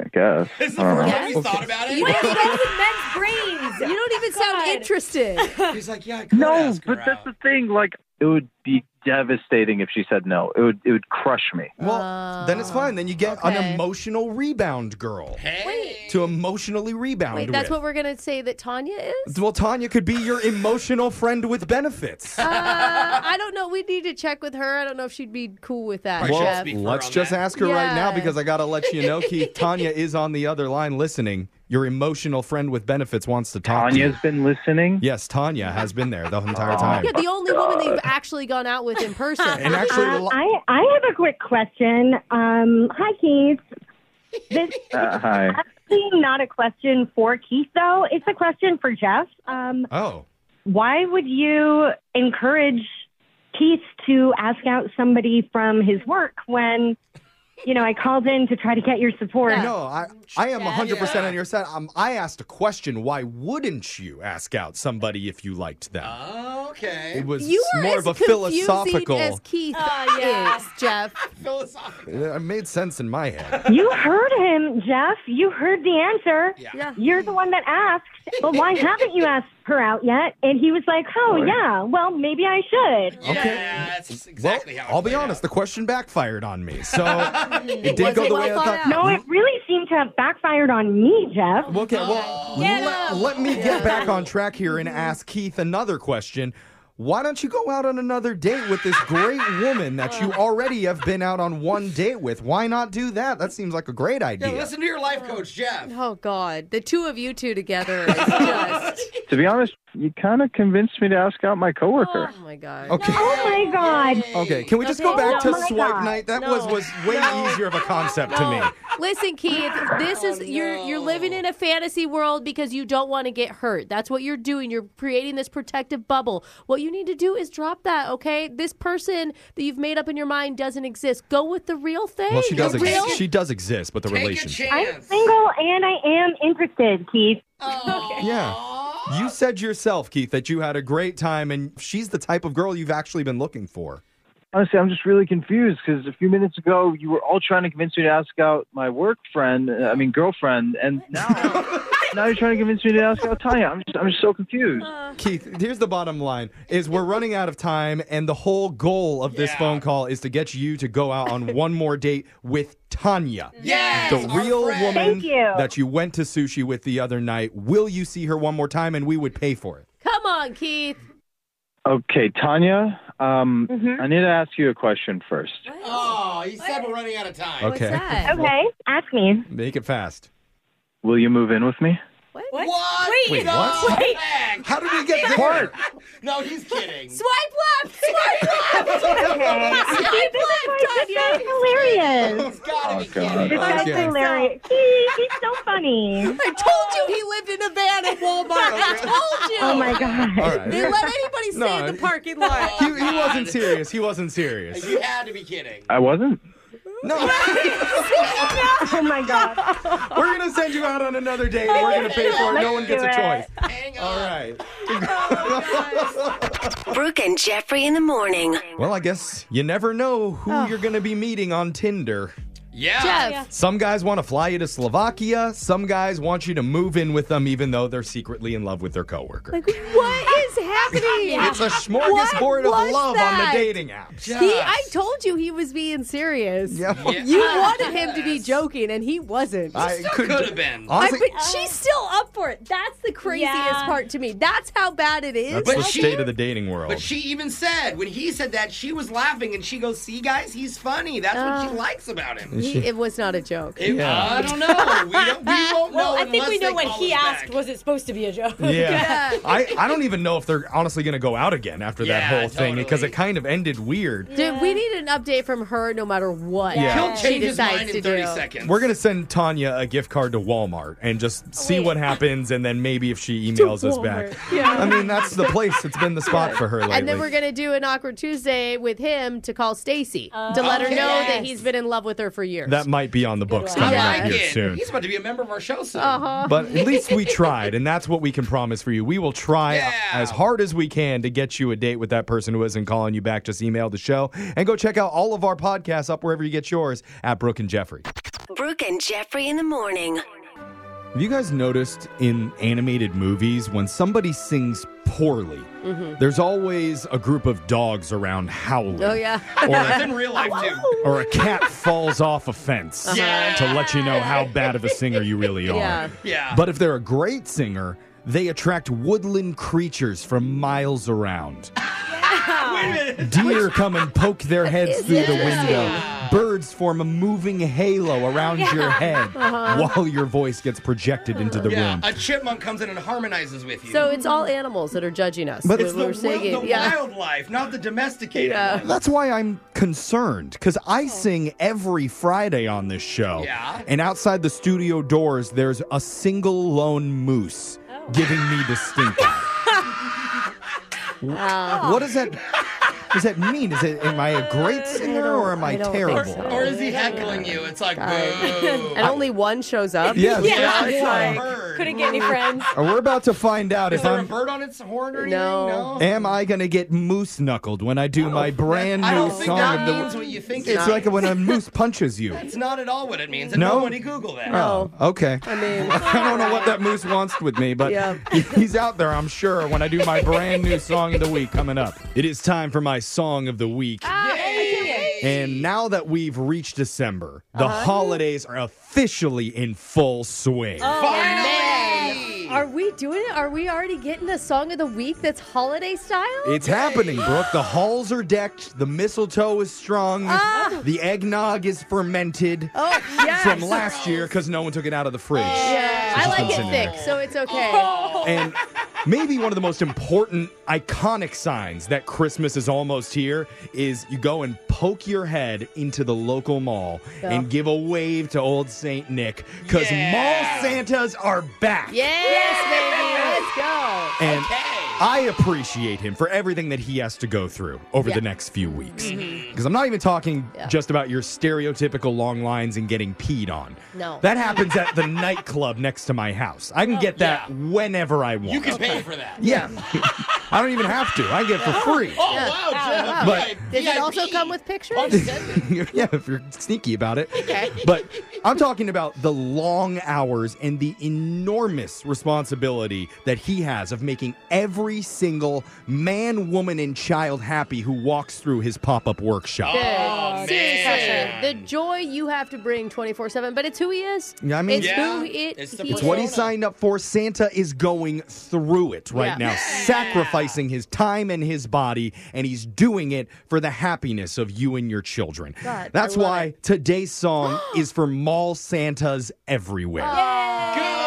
[SPEAKER 8] I guess.
[SPEAKER 3] Is
[SPEAKER 4] Uh-huh.
[SPEAKER 8] I don't know.
[SPEAKER 3] Have you thought about it?
[SPEAKER 22] What is wrong with men's brains?
[SPEAKER 5] You don't even sound interested.
[SPEAKER 3] He's like, yeah, I could
[SPEAKER 8] No,
[SPEAKER 3] ask her
[SPEAKER 8] but that's
[SPEAKER 3] out.
[SPEAKER 8] the thing. Like, it would be devastating if she said no. It would. It would crush me.
[SPEAKER 4] Well, then it's fine. Then you get
[SPEAKER 5] okay.
[SPEAKER 4] an emotional rebound girl to emotionally rebound
[SPEAKER 5] Wait, that's
[SPEAKER 4] with.
[SPEAKER 5] what we're gonna say that Tanya is.
[SPEAKER 4] well, Tanya could be your emotional friend with benefits.
[SPEAKER 5] Uh, I don't know. We need to check with her. I don't know if she'd be cool with that.
[SPEAKER 4] Well,
[SPEAKER 5] Jeff.
[SPEAKER 4] let's just ask her right now
[SPEAKER 5] Yeah.
[SPEAKER 4] because I got to let you know, Keith. Tanya is on the other line listening. Your emotional friend with benefits wants to talk to you.
[SPEAKER 8] Tanya's been listening.
[SPEAKER 4] Yes, Tanya has been there the entire time.
[SPEAKER 5] Yeah, the only woman they've actually gone out with in person.
[SPEAKER 4] And actually,
[SPEAKER 18] Uh, I, I have a quick question. Um, hi, Keith. This is
[SPEAKER 8] Uh, hi.
[SPEAKER 18] actually not a question for Keith, though. It's a question for Jeff. Um,
[SPEAKER 4] Oh.
[SPEAKER 18] why would you encourage Keith to ask out somebody from his work when, you know, I called in to try to get your support?
[SPEAKER 4] No, I, I am 100% on your side. Um, I asked a question. Why wouldn't you ask out somebody if you liked them?
[SPEAKER 3] Okay.
[SPEAKER 4] It was
[SPEAKER 5] you were
[SPEAKER 4] more
[SPEAKER 5] as
[SPEAKER 4] of a
[SPEAKER 5] confusing
[SPEAKER 4] philosophical.
[SPEAKER 5] as Keith
[SPEAKER 21] Oh,
[SPEAKER 5] is, Jeff.
[SPEAKER 3] Philosophical.
[SPEAKER 4] it made sense in my head.
[SPEAKER 18] You heard him, Jeff. You heard the answer.
[SPEAKER 5] Yeah.
[SPEAKER 18] You're the one that asked, but why haven't you asked her out yet? And he was like, oh,
[SPEAKER 4] Right.
[SPEAKER 18] yeah, well, maybe I should.
[SPEAKER 3] Yeah, that's exactly
[SPEAKER 4] well,
[SPEAKER 3] how.
[SPEAKER 4] I'll be honest. The question backfired on me. So it did go the way I thought.
[SPEAKER 18] No, it really seemed to have backfired on me, Jeff.
[SPEAKER 4] Okay, well, let, let me get back on track here and ask Keith another question. Why don't you go out on another date with this great woman that
[SPEAKER 5] Uh.
[SPEAKER 4] you already have been out on one date with? Why not do that? That seems like a great
[SPEAKER 3] Yeah,
[SPEAKER 4] idea.
[SPEAKER 3] listen to your life coach, Jeff.
[SPEAKER 5] Oh God, the two of you two together is just.
[SPEAKER 8] To be honest, you kind of convinced me to ask out my coworker.
[SPEAKER 5] Oh my God.
[SPEAKER 4] Okay.
[SPEAKER 18] Oh my God.
[SPEAKER 4] Okay, can we just go
[SPEAKER 5] Okay.
[SPEAKER 4] back to
[SPEAKER 5] Oh my
[SPEAKER 4] swipe
[SPEAKER 5] God.
[SPEAKER 4] night? That
[SPEAKER 5] No.
[SPEAKER 4] was was way
[SPEAKER 5] No.
[SPEAKER 4] easier of a concept to me.
[SPEAKER 5] Listen, Keith, this is you're you're living in a fantasy world because you don't want to get hurt. That's what you're doing. You're creating this protective bubble. What you need to do is drop that, okay? This person that you've made up in your mind doesn't exist. Go with the real thing.
[SPEAKER 4] Well, she does
[SPEAKER 5] the
[SPEAKER 4] ex-
[SPEAKER 5] real
[SPEAKER 4] she does exist, but the relationship.
[SPEAKER 18] I'm single and I am interested, Keith.
[SPEAKER 4] Yeah. You said yourself, Keith, that you had a great time and she's the type of girl you've actually been looking for.
[SPEAKER 8] Honestly, I'm just really confused because a few minutes ago you were all trying to convince me to ask out my work friend, uh, I mean girlfriend, and now now you're trying to convince me to ask out Tanya. I'm just, I'm just so confused.
[SPEAKER 4] Keith, here's the bottom line is we're running out of time and the whole goal of this phone call is to get you to go out on one more date with Tanya.
[SPEAKER 3] Yes,
[SPEAKER 4] The
[SPEAKER 3] our
[SPEAKER 4] real
[SPEAKER 3] friend.
[SPEAKER 4] woman
[SPEAKER 18] Thank you.
[SPEAKER 4] that you went to sushi with the other night. Will you see her one more time and we would pay for it?
[SPEAKER 5] Come on, Keith.
[SPEAKER 8] Okay, Tanya, um, I need to ask you a question first.
[SPEAKER 3] Oh, he said we're running out of time.
[SPEAKER 4] Okay.
[SPEAKER 18] Okay, ask me.
[SPEAKER 4] Make it fast.
[SPEAKER 8] Will you move in with me?
[SPEAKER 3] What?
[SPEAKER 4] Wait,
[SPEAKER 3] No,
[SPEAKER 4] what?
[SPEAKER 3] come back.
[SPEAKER 4] How did we get there?
[SPEAKER 3] No, he's kidding.
[SPEAKER 5] Swipe left. Swipe left. Swipe left,
[SPEAKER 18] That's
[SPEAKER 5] Tanya.
[SPEAKER 18] hilarious.
[SPEAKER 3] He's gotta
[SPEAKER 4] Oh,
[SPEAKER 3] be kidding.
[SPEAKER 18] This guy's
[SPEAKER 4] Okay.
[SPEAKER 18] hilarious. He, he's so funny.
[SPEAKER 5] I told you he lived in a van at Walmart. I told you.
[SPEAKER 18] Oh my God.
[SPEAKER 4] All right.
[SPEAKER 5] They let anybody stay
[SPEAKER 4] No,
[SPEAKER 5] in the parking lot.
[SPEAKER 3] Oh,
[SPEAKER 4] He, he wasn't serious. He wasn't serious.
[SPEAKER 3] You had to be kidding.
[SPEAKER 14] Uh,
[SPEAKER 8] I wasn't.
[SPEAKER 4] No.
[SPEAKER 18] Oh my God.
[SPEAKER 4] We're gonna send you out on another date. and We're gonna pay for it. No one gets a
[SPEAKER 18] do
[SPEAKER 4] choice.
[SPEAKER 18] it.
[SPEAKER 3] Hang on.
[SPEAKER 4] All right.
[SPEAKER 7] Brooke and Jeffrey in the morning.
[SPEAKER 4] Well, I guess you never know who you're gonna be meeting on Tinder.
[SPEAKER 3] Yeah.
[SPEAKER 1] Jeff. Yeah.
[SPEAKER 4] Some guys want to fly you to Slovakia. Some guys want you to move in with them, even though they're secretly in love with their coworker.
[SPEAKER 5] Like, what is happening?
[SPEAKER 4] It's a smorgasbord of
[SPEAKER 5] was
[SPEAKER 4] love
[SPEAKER 5] that?
[SPEAKER 4] on the dating apps.
[SPEAKER 5] He, I told you he was being serious. You wanted him to be joking, and he wasn't.
[SPEAKER 4] I Still could-
[SPEAKER 3] could have been.
[SPEAKER 4] Honestly-
[SPEAKER 5] I- but she's still up for it. That's the craziest
[SPEAKER 2] Yeah.
[SPEAKER 5] part to me. That's how bad it is.
[SPEAKER 4] That's the state of the dating world.
[SPEAKER 3] But she even said when he said that she was laughing and she goes, "See guys, he's funny. That's what she likes about him."
[SPEAKER 5] He- it was not a joke.
[SPEAKER 3] It- I don't know. We, don't, we won't
[SPEAKER 2] well,
[SPEAKER 3] know.
[SPEAKER 2] I think we
[SPEAKER 3] unless
[SPEAKER 2] know
[SPEAKER 3] they
[SPEAKER 2] what
[SPEAKER 3] call
[SPEAKER 2] he
[SPEAKER 3] us back.
[SPEAKER 2] asked. Was it supposed to be a joke?
[SPEAKER 4] Yeah. I, I don't even know if they're honestly going to go out again after that
[SPEAKER 3] Yeah,
[SPEAKER 4] whole thing because it kind of ended weird.
[SPEAKER 5] Dude, we need an update from her no matter what
[SPEAKER 4] Yeah. He'll
[SPEAKER 5] she
[SPEAKER 3] change his
[SPEAKER 5] decides
[SPEAKER 3] mind in
[SPEAKER 5] to
[SPEAKER 3] 30
[SPEAKER 5] do.
[SPEAKER 3] seconds.
[SPEAKER 4] We're going to send Tanya a gift card to Walmart and just see what happens and then maybe if she emails us back.
[SPEAKER 5] Walmart. Yeah.
[SPEAKER 4] I mean, that's the place. It's been the spot for her lately.
[SPEAKER 5] And then we're going to do an Awkward Tuesday with him to call Stacy to let her know that he's been in love with her for years.
[SPEAKER 4] that might be on the books coming out
[SPEAKER 5] Yeah. I
[SPEAKER 4] here
[SPEAKER 5] like it.
[SPEAKER 4] soon.
[SPEAKER 3] He's about to be a member of our show soon.
[SPEAKER 5] Uh-huh.
[SPEAKER 4] But at least we tried, and that's what we can promise for you. We will try as hard as we can to get you a date with that person who isn't calling you back. Just email the show and go check out all of our podcasts up wherever you get yours at Brooke and Jeffrey.
[SPEAKER 7] Brooke and Jeffrey in the morning.
[SPEAKER 4] Have you guys noticed in animated movies when somebody sings poorly, there's always a group of dogs around howling?
[SPEAKER 5] Mm-hmm. Oh, yeah.
[SPEAKER 4] Or- That's
[SPEAKER 3] in real life, too.
[SPEAKER 4] Or a cat falls off a fence
[SPEAKER 3] Yeah.
[SPEAKER 4] to let you know how bad of a singer you really are.
[SPEAKER 3] Yeah. Yeah.
[SPEAKER 4] But if they're a great singer, they attract woodland creatures from miles around. Deer come and poke their heads
[SPEAKER 5] is
[SPEAKER 4] through the
[SPEAKER 5] interesting.
[SPEAKER 4] window. Birds form a moving halo around your head
[SPEAKER 5] Uh-huh.
[SPEAKER 4] while your voice gets projected into the
[SPEAKER 3] yeah,
[SPEAKER 4] room.
[SPEAKER 3] a chipmunk comes in and harmonizes with you.
[SPEAKER 5] So it's all animals that are judging us.
[SPEAKER 4] But
[SPEAKER 5] when
[SPEAKER 4] it's the
[SPEAKER 5] we're
[SPEAKER 4] will-
[SPEAKER 5] singing.
[SPEAKER 3] the
[SPEAKER 5] yeah.
[SPEAKER 3] wildlife, not the domesticated. life.
[SPEAKER 4] That's why I'm concerned because I sing every Friday on this show.
[SPEAKER 3] Oh. Yeah.
[SPEAKER 4] And outside the studio doors, there's a single lone moose
[SPEAKER 3] Oh.
[SPEAKER 4] giving me the stink eye.
[SPEAKER 3] Oh.
[SPEAKER 4] What does that? Does that mean? Is it? Am I a great
[SPEAKER 3] Uh,
[SPEAKER 4] singer or am I, terrible?
[SPEAKER 3] Or, or is he heckling you? It's like, boo.
[SPEAKER 5] And only one shows up.
[SPEAKER 4] Yeah, it's
[SPEAKER 3] Yeah,
[SPEAKER 4] just
[SPEAKER 3] it's
[SPEAKER 4] one.
[SPEAKER 3] a bird.
[SPEAKER 2] Couldn't get any friends.
[SPEAKER 4] Uh, We're about to find out
[SPEAKER 3] Is
[SPEAKER 4] if
[SPEAKER 3] there a
[SPEAKER 4] I'm.
[SPEAKER 3] bird on its horn or anything?
[SPEAKER 5] No.
[SPEAKER 4] Am I gonna get moose knuckled when I do my brand new
[SPEAKER 3] Oh. I don't think
[SPEAKER 4] song
[SPEAKER 3] that
[SPEAKER 4] of the?
[SPEAKER 3] means what you think
[SPEAKER 4] it's
[SPEAKER 3] it
[SPEAKER 4] like
[SPEAKER 3] means.
[SPEAKER 4] when a moose punches you.
[SPEAKER 3] That's not at all what it means. And
[SPEAKER 4] No?
[SPEAKER 3] nobody Google that.
[SPEAKER 4] Oh, okay.
[SPEAKER 5] I mean,
[SPEAKER 4] I don't know what that moose wants with me, but
[SPEAKER 5] Yeah.
[SPEAKER 4] he's out there, I'm sure, when I do my brand new song of the week coming up. It is time for my song of the week.
[SPEAKER 5] Ah,
[SPEAKER 4] And now that we've reached December, the
[SPEAKER 5] Uh-huh.
[SPEAKER 4] holidays are officially in full swing.
[SPEAKER 5] Oh. man. Are we doing it? Are we already getting a song of the week that's holiday style?
[SPEAKER 4] It's happening, Brooke. The halls are decked, the mistletoe is strung, the eggnog is fermented
[SPEAKER 5] Ah. Oh, yes.
[SPEAKER 4] from last year because no one took it out of the fridge.
[SPEAKER 5] Yeah.
[SPEAKER 4] So it's just
[SPEAKER 5] I like
[SPEAKER 4] been
[SPEAKER 5] it
[SPEAKER 4] sitting there.
[SPEAKER 5] thick, so it's okay.
[SPEAKER 4] And maybe one of the most important iconic signs that Christmas is almost here is you go and poke your head into the local mall and give a wave to old St. Nick because
[SPEAKER 3] Yeah.
[SPEAKER 4] mall Santas are back.
[SPEAKER 5] Yes, baby. Let's go.
[SPEAKER 4] And I appreciate him for everything that he has to go through over the next few weeks. Because I'm not even talking just about your stereotypical long lines and getting peed on.
[SPEAKER 5] No.
[SPEAKER 4] That happens at the nightclub next to my house. I can get that whenever I want.
[SPEAKER 3] You can pay for that.
[SPEAKER 4] Yeah. I don't even have to. I get it for free.
[SPEAKER 3] Oh, wow, Jeff.
[SPEAKER 4] But
[SPEAKER 5] Does it
[SPEAKER 3] VIP.
[SPEAKER 5] also come with pictures?
[SPEAKER 4] Oh, yeah, if you're sneaky about it. But I'm talking about the long hours and the enormous responsibility that he has of making every single man, woman, and child happy who walks through his pop up workshop.
[SPEAKER 5] Dude,
[SPEAKER 3] Oh,
[SPEAKER 5] seriously,
[SPEAKER 3] man.
[SPEAKER 5] the joy you have to bring 24 7, but it's who he is.
[SPEAKER 4] Yeah, I mean-
[SPEAKER 5] it's
[SPEAKER 3] Yeah.
[SPEAKER 5] who it
[SPEAKER 3] It's the
[SPEAKER 5] he
[SPEAKER 4] It's what he
[SPEAKER 5] is.
[SPEAKER 4] signed up for. Santa is going through it right
[SPEAKER 5] Yeah.
[SPEAKER 4] now, sacrificing his time and his body, and he's doing it for the happiness of you and your children.
[SPEAKER 5] God,
[SPEAKER 4] That's
[SPEAKER 5] I love
[SPEAKER 4] why today's song is for mall Santas everywhere.
[SPEAKER 3] Good.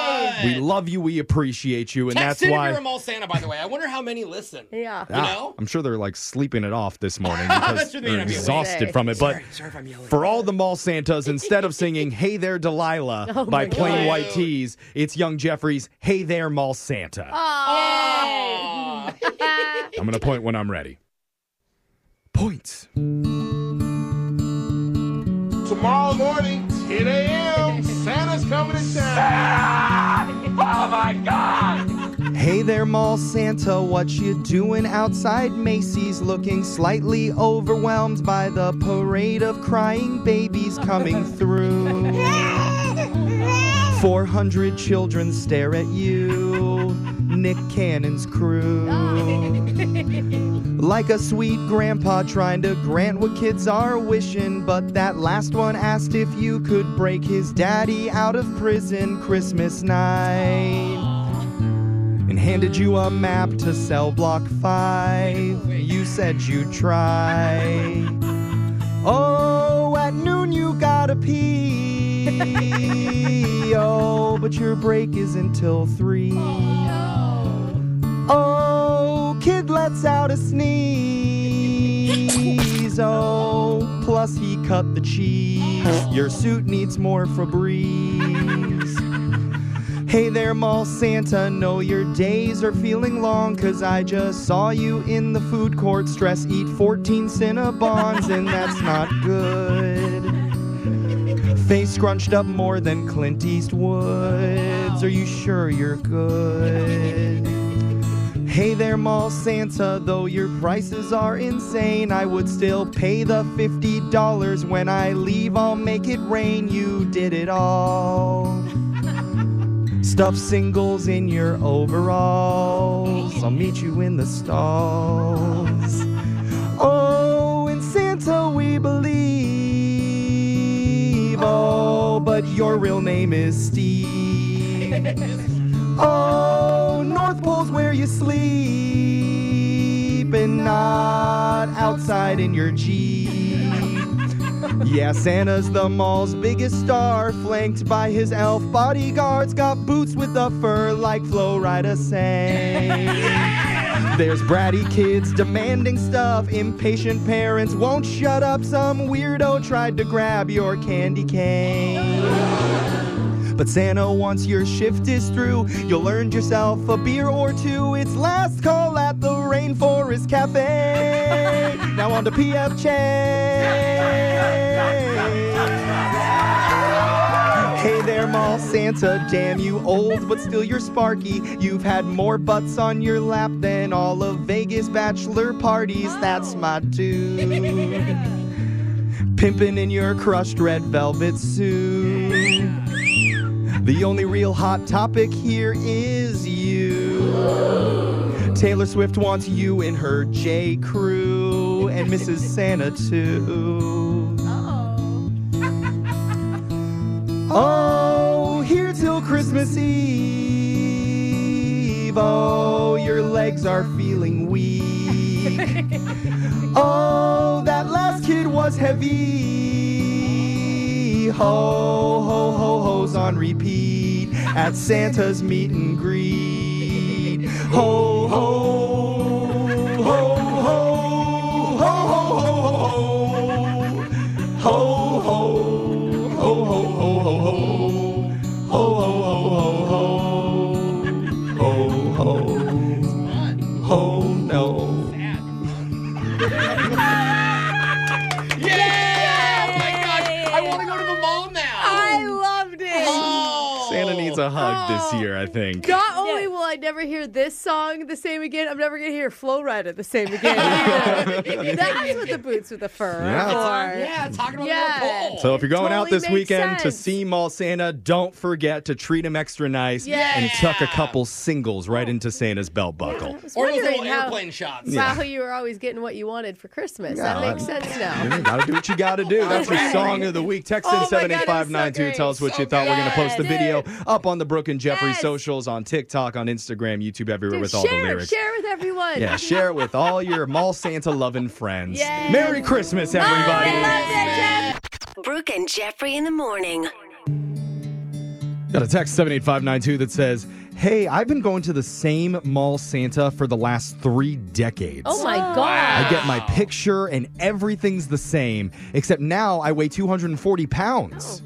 [SPEAKER 4] We love you, we appreciate you, and
[SPEAKER 3] Text in
[SPEAKER 4] that's
[SPEAKER 3] if
[SPEAKER 4] why. Ah.
[SPEAKER 3] you're a mall Santa, by the way. I wonder how many listen.
[SPEAKER 5] Yeah.
[SPEAKER 3] You know?
[SPEAKER 4] I'm sure they're like sleeping it off this morning because
[SPEAKER 3] That's what they
[SPEAKER 4] they're
[SPEAKER 3] interview with.
[SPEAKER 4] exhausted from it. But
[SPEAKER 3] Sorry, sorry if I'm yelling.
[SPEAKER 4] for all the mall Santas, instead of singing "Hey There, Delilah"
[SPEAKER 5] Oh
[SPEAKER 4] by
[SPEAKER 5] my
[SPEAKER 4] Plain
[SPEAKER 5] God.
[SPEAKER 4] White Tees, it's Young Jeffrey's "Hey There, Mall Santa."
[SPEAKER 3] Aw.
[SPEAKER 4] I'm gonna point when I'm ready. Point.
[SPEAKER 19] Tomorrow morning, 10 a.m., Santa's coming to town. oh my God!
[SPEAKER 11] Hey there, Mall Santa, what you doing outside Macy's? Looking slightly overwhelmed by the parade of crying babies coming through. 400 children stare at you, Nick Cannon's crew. Like a sweet grandpa trying to grant what kids are wishing, but that last one asked if you could break his daddy out of prison Christmas night. And handed you a map to sell block five. You said you'd try. Oh, at noon you gotta pee. oh, but your break is until three. Oh, kid lets out a sneeze. Oh, plus he cut the cheese. Your suit needs more Febreze. Hey there, Mall Santa. Know your days are feeling long, cause I just saw you in the food court. Stress eat 14 Cinnabons, and that's not good. Face scrunched up more than Clint Eastwood's. Are you sure you're good? Hey there, Mall Santa. Though your prices are insane, I would still pay the $50. When I leave, I'll make it rain. You did it all. Stuff singles in your overalls. I'll meet you in the stalls. Oh, in Santa we believe. Oh, but your real name is Steve. Oh, North Pole's where you sleep and not outside in your Jeep. Yeah, Santa's the mall's biggest star, flanked by his elf bodyguards. Got boots with a fur like Flo Rida sang. There's bratty kids demanding stuff, impatient parents won't shut up. Some weirdo tried to grab your candy cane. But Santa, once your shift is through, you'll earn yourself a beer or two. It's last call at the Rainforest Cafe. Now on to PF Chang. Hey there, Mall Santa. Damn you old, but still you're sparky. You've had more butts on your lap than all of Vegas bachelor parties. That's my dude. Pimping in your crushed red velvet suit. The only real hot topic here is you. Taylor Swift wants you in her J. Crew and Mrs. Santa too. Oh, here till Christmas Eve. Oh, your legs are feeling weak. Oh, that last kid was heavy. Ho, ho, ho, ho's on repeat at Santa's meet and greet. Ho, ho, ho, ho, ho, ho, ho, ho, ho, ho, ho, ho, ho, ho, ho, ho. Ho, ho, ho, ho, ho. Ho, ho. Ho, no.
[SPEAKER 3] Yeah! Oh my gosh! I want to go to the mall now.
[SPEAKER 5] I loved it.
[SPEAKER 4] Santa
[SPEAKER 5] Oh.
[SPEAKER 4] needs a hug this year, I think.
[SPEAKER 5] Not only will I never hear this song the same again, I'm never going to hear Flow Rider the same again. That's what the boots with the fur
[SPEAKER 4] Yeah.
[SPEAKER 5] are for.
[SPEAKER 3] Yeah, talking about
[SPEAKER 5] yeah.
[SPEAKER 4] So if you're going out
[SPEAKER 5] Totally
[SPEAKER 4] this
[SPEAKER 5] makes
[SPEAKER 4] weekend to
[SPEAKER 5] sense.
[SPEAKER 4] see Mall Santa, don't forget to treat him extra nice
[SPEAKER 5] Yeah.
[SPEAKER 4] and tuck a couple singles right into Santa's belt buckle.
[SPEAKER 5] was
[SPEAKER 3] Or those
[SPEAKER 5] wondering
[SPEAKER 3] little
[SPEAKER 5] how-
[SPEAKER 3] airplane shots.
[SPEAKER 4] Yeah.
[SPEAKER 5] Wow, you were always getting what you wanted for Christmas.
[SPEAKER 4] Yeah.
[SPEAKER 5] that makes sense now.
[SPEAKER 4] You gotta do what you gotta do. That's your song of the week. Text
[SPEAKER 5] Oh
[SPEAKER 4] in
[SPEAKER 5] my God, it was so
[SPEAKER 4] 78592.
[SPEAKER 5] great.
[SPEAKER 4] Tell us what
[SPEAKER 5] So
[SPEAKER 4] you thought. We're gonna
[SPEAKER 5] good.
[SPEAKER 4] post the video up on the Brooke and Jeffrey socials on TikTok, on Instagram, YouTube, everywhere
[SPEAKER 5] Dude,
[SPEAKER 4] with all the
[SPEAKER 5] share,
[SPEAKER 4] lyrics.
[SPEAKER 5] share with everyone.
[SPEAKER 4] Yeah, share it with all your Mall Santa loving friends.
[SPEAKER 5] Yes.
[SPEAKER 4] Merry Christmas, everybody.
[SPEAKER 7] Brooke and Jeffrey in the morning.
[SPEAKER 4] Got a text 78592 that says, Hey, I've been going to the same mall Santa for the last three decades.
[SPEAKER 1] Oh my God.
[SPEAKER 4] I get my picture and everything's the same, except now I weigh 240 pounds.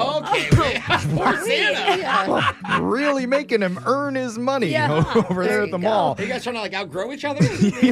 [SPEAKER 5] Oh,
[SPEAKER 3] Okay, wait. poor Santa.
[SPEAKER 7] Oh.
[SPEAKER 4] really making him earn his money
[SPEAKER 3] Yeah.
[SPEAKER 4] over there, at the mall.
[SPEAKER 3] Are you guys trying to like outgrow each other?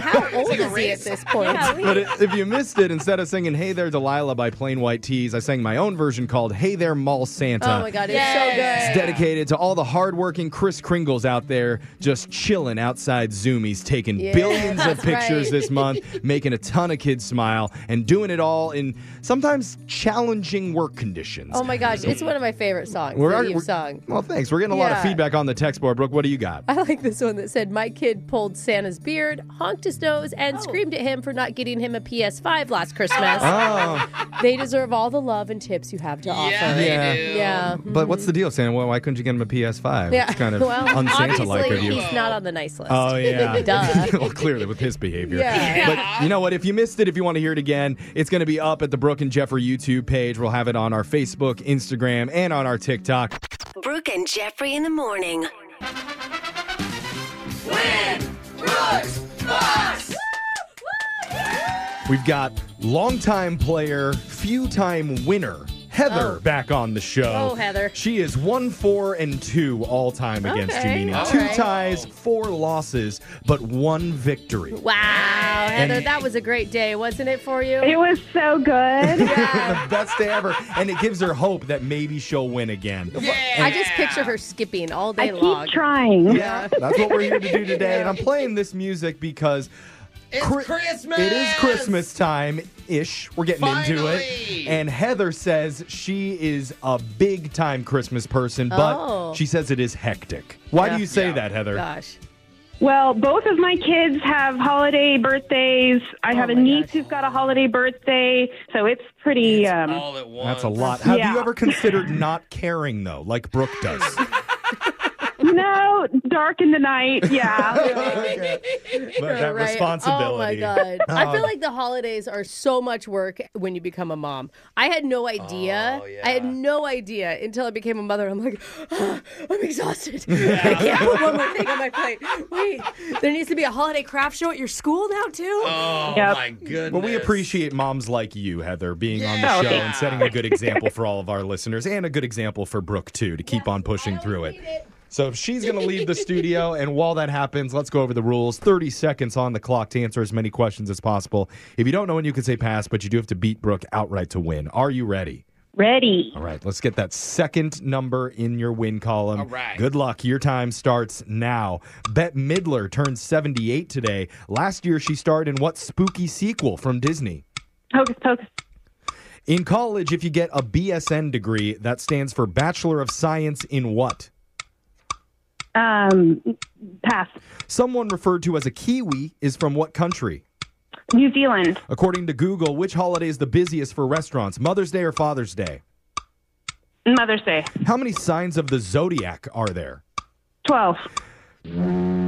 [SPEAKER 3] How old is he at this point?
[SPEAKER 4] But i- if you missed it, instead of singing "Hey There, Delilah" by Plain White Tees, I sang my own version called "Hey There, Mall Santa."
[SPEAKER 5] Oh my god, it's so good.
[SPEAKER 4] It's dedicated to all the hardworking Chris Kringles out there just chilling outside Zoomies, taking
[SPEAKER 5] Yeah,
[SPEAKER 4] billions of
[SPEAKER 5] that's
[SPEAKER 4] pictures
[SPEAKER 5] right.
[SPEAKER 4] this month, making a ton of kids smile, and doing it all in sometimes challenging work conditions.
[SPEAKER 5] Oh my gosh,
[SPEAKER 4] So-
[SPEAKER 5] it's one of my favorite songs
[SPEAKER 4] We're-
[SPEAKER 5] that you've
[SPEAKER 4] we're-
[SPEAKER 5] sung.
[SPEAKER 4] Well, thanks. We're getting a lot of
[SPEAKER 5] Yeah.
[SPEAKER 4] feedback on the text board. Brooke, what do you got?
[SPEAKER 5] I like this one that said, My kid pulled Santa's beard, honked his nose, and screamed at him for not getting him a PS5 last Christmas.
[SPEAKER 4] Oh.
[SPEAKER 5] They deserve all the love and tips you have to offer.
[SPEAKER 4] yeah.
[SPEAKER 5] Yeah.
[SPEAKER 4] But what's the deal, Santa? Why, why couldn't you get him a PS5?
[SPEAKER 5] Yeah.
[SPEAKER 4] It's kind of
[SPEAKER 5] well,
[SPEAKER 4] unsanta-like
[SPEAKER 5] obviously
[SPEAKER 4] of you.
[SPEAKER 5] he's not on the nice list.
[SPEAKER 4] Oh yeah,
[SPEAKER 5] Duh.
[SPEAKER 4] well, clearly with his behavior.
[SPEAKER 5] Yeah.
[SPEAKER 4] But you know what? If you missed it, if you want to hear it again, it's going to be up at the Brooke and Jeffrey YouTube page. We'll have it on our Facebook, Instagram, and on our TikTok.
[SPEAKER 7] Brooke and Jeffrey in the morning.
[SPEAKER 4] We've got longtime player, few time winner. Heather
[SPEAKER 5] Oh.
[SPEAKER 4] back on the show.
[SPEAKER 5] Oh, Heather.
[SPEAKER 4] She is one, four, and two all time against
[SPEAKER 5] Okay.
[SPEAKER 4] Jimena.
[SPEAKER 5] All
[SPEAKER 4] Two
[SPEAKER 5] right.
[SPEAKER 4] ties, four losses, but one victory.
[SPEAKER 5] Wow, Heather,
[SPEAKER 4] And-
[SPEAKER 5] that was a great day, wasn't it for you?
[SPEAKER 18] It was so good.
[SPEAKER 4] the best day ever. And it gives her hope that maybe she'll win again.
[SPEAKER 5] I just picture her skipping all
[SPEAKER 18] I
[SPEAKER 5] day
[SPEAKER 18] keep
[SPEAKER 5] long.
[SPEAKER 18] trying.
[SPEAKER 4] Yeah, that's what we're here to do today. And I'm playing this music because
[SPEAKER 3] It's Christmas.
[SPEAKER 4] it is Christmas time ish. We're getting into it.
[SPEAKER 3] Finally.
[SPEAKER 4] And Heather says she is a big time Christmas person, but
[SPEAKER 18] Oh.
[SPEAKER 4] she says it is hectic. Why do you say that, Heather?
[SPEAKER 5] Gosh.
[SPEAKER 18] Well, both of my kids have holiday birthdays. I have a niece who's got a holiday birthday, so it's pretty. um,
[SPEAKER 4] That's a lot. Have
[SPEAKER 18] Yeah.
[SPEAKER 4] you ever considered not caring, though, like Brooke does?
[SPEAKER 18] you know, dark in the night. Yeah.
[SPEAKER 4] But that
[SPEAKER 5] Right. Oh my
[SPEAKER 4] responsibility.
[SPEAKER 5] god! I feel
[SPEAKER 4] Oh,
[SPEAKER 5] like the holidays are so much work when you become a mom. I had no idea. I had no idea until I became a mother. I'm like, "Ah, I'm exhausted. I can't put one more thing on my plate. Wait, there needs to be a holiday craft show at your school now too.
[SPEAKER 3] Oh my goodness.
[SPEAKER 4] Well, we appreciate moms like you, Heather, being on the
[SPEAKER 5] Yeah.
[SPEAKER 4] show and setting a good example for all of our listeners and a good example for Brooke, too, to keep on pushing through it. So she's going to leave the studio. And while that happens, let's go over the rules. 30 seconds on the clock to answer as many questions as possible. If you don't know when you can say pass, but you do have to beat Brooke outright to win. Are you ready?
[SPEAKER 18] Ready.
[SPEAKER 4] All right, let's get that second number in your win column.
[SPEAKER 3] All right.
[SPEAKER 4] Good luck. Your time starts now. Bette Midler turned 78 today. Last year, she starred in what spooky sequel from Disney?
[SPEAKER 18] Hocus pocus.
[SPEAKER 4] In college, if you get a BSN degree, that stands for Bachelor of Science in what?
[SPEAKER 18] Um, pass.
[SPEAKER 4] Someone referred to as a Kiwi is from what country?
[SPEAKER 18] New Zealand.
[SPEAKER 4] According to Google, which holiday is the busiest for restaurants, Mother's Day or Father's Day?
[SPEAKER 18] Mother's Day.
[SPEAKER 4] How many signs of the zodiac are there?
[SPEAKER 18] 12.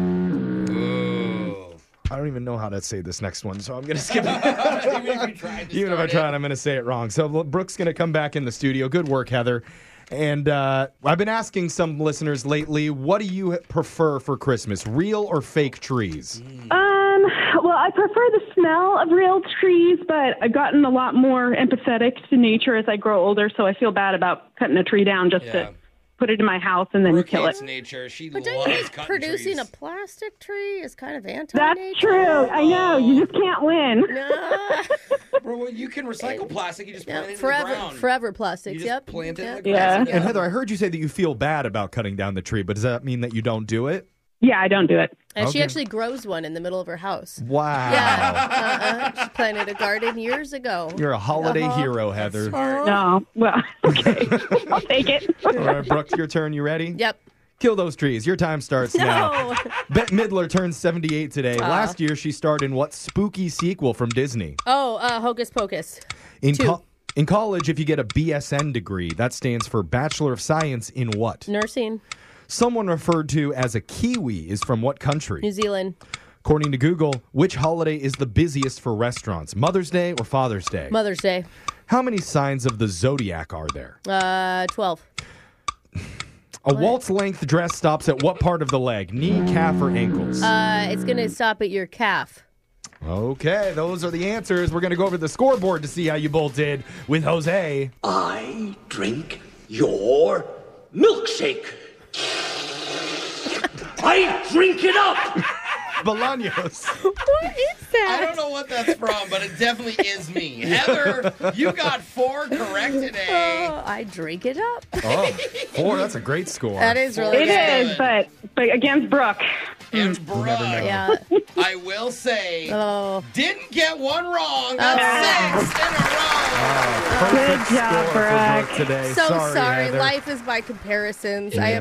[SPEAKER 4] I don't even know how to say this next one, so I'm going to skip it.
[SPEAKER 3] Even if you tried to
[SPEAKER 4] Even if I
[SPEAKER 3] start
[SPEAKER 4] try it, I'm going to say it wrong. So look, Brooke's going to come back in the studio. Good work, Heather. And uh, I've been asking some listeners lately, what do you prefer for Christmas, real or fake trees?
[SPEAKER 18] Um, well, I prefer the smell of real trees, but I've gotten a lot more empathetic to nature as I grow older, so I feel bad about cutting a tree down just
[SPEAKER 3] Yeah.
[SPEAKER 18] to put it in my house and then kill it.
[SPEAKER 3] Hates nature. She
[SPEAKER 5] But don't you
[SPEAKER 3] loves
[SPEAKER 5] think
[SPEAKER 3] cutting
[SPEAKER 5] producing
[SPEAKER 3] trees.
[SPEAKER 5] a plastic tree is kind of anti?
[SPEAKER 18] That's true. I know. You just can't win.
[SPEAKER 3] Bro, well, you can recycle plastic. You just plant it in the
[SPEAKER 5] Forever,
[SPEAKER 3] ground.
[SPEAKER 5] forever plastics.
[SPEAKER 3] You just
[SPEAKER 5] yep.
[SPEAKER 3] plant it in
[SPEAKER 5] Yep.
[SPEAKER 3] the ground.
[SPEAKER 18] Yeah.
[SPEAKER 4] And Heather, I heard you say that you feel bad about cutting down the tree, but does that mean that you don't do it?
[SPEAKER 18] Yeah, I don't do it.
[SPEAKER 5] And she
[SPEAKER 4] Okay.
[SPEAKER 5] actually grows one in the middle of her house.
[SPEAKER 4] Wow.
[SPEAKER 5] Yeah. Uh-uh. She planted a garden years ago.
[SPEAKER 4] You're a holiday
[SPEAKER 5] Uh-huh.
[SPEAKER 4] hero, Heather.
[SPEAKER 18] No. Well, okay. I'll take it.
[SPEAKER 4] All right, Brooke, your turn. You ready?
[SPEAKER 5] Yep.
[SPEAKER 4] Kill those trees. Your time starts now.
[SPEAKER 5] No. Uh-huh.
[SPEAKER 4] Bette Midler turned 78 today.
[SPEAKER 5] Aw.
[SPEAKER 4] Last year, she starred in what spooky sequel from Disney?
[SPEAKER 5] Oh, uh, Hocus Pocus.
[SPEAKER 4] In,
[SPEAKER 5] Two.
[SPEAKER 4] co- in college, if you get a BSN degree, that stands for Bachelor of Science in what?
[SPEAKER 5] Nursing.
[SPEAKER 4] Someone referred to as a Kiwi is from what country?
[SPEAKER 5] New Zealand.
[SPEAKER 4] According to Google, which holiday is the busiest for restaurants, Mother's Day or Father's Day?
[SPEAKER 5] Mother's Day.
[SPEAKER 4] How many signs of the zodiac are there?
[SPEAKER 5] Uh, 12.
[SPEAKER 4] A waltz length dress stops at what part of the leg? Knee, calf, or ankles?
[SPEAKER 5] Uh, it's going to stop at your calf.
[SPEAKER 4] Okay, those are the answers. We're going to go over the scoreboard to see how you both did with Jose.
[SPEAKER 23] I drink your milkshake. I drink it up.
[SPEAKER 4] Bolaños.
[SPEAKER 3] What is that? I don't know what that's from, but it definitely is me. Heather, you got four correct today.
[SPEAKER 5] Oh, I drink it up.
[SPEAKER 4] Oh, four. That's a great score.
[SPEAKER 5] That is really
[SPEAKER 18] It
[SPEAKER 5] good.
[SPEAKER 18] is, but but against Brooke.
[SPEAKER 3] Against Brooke.
[SPEAKER 5] Yeah.
[SPEAKER 3] I will say,
[SPEAKER 5] Oh.
[SPEAKER 3] didn't get one wrong. That's six in a
[SPEAKER 4] Ah. Perfect
[SPEAKER 18] Good job,
[SPEAKER 4] score for Brooke
[SPEAKER 18] Brooke.
[SPEAKER 4] today.
[SPEAKER 5] So sorry.
[SPEAKER 4] sorry, Heather.
[SPEAKER 5] Life is by comparisons. I
[SPEAKER 4] Yeah.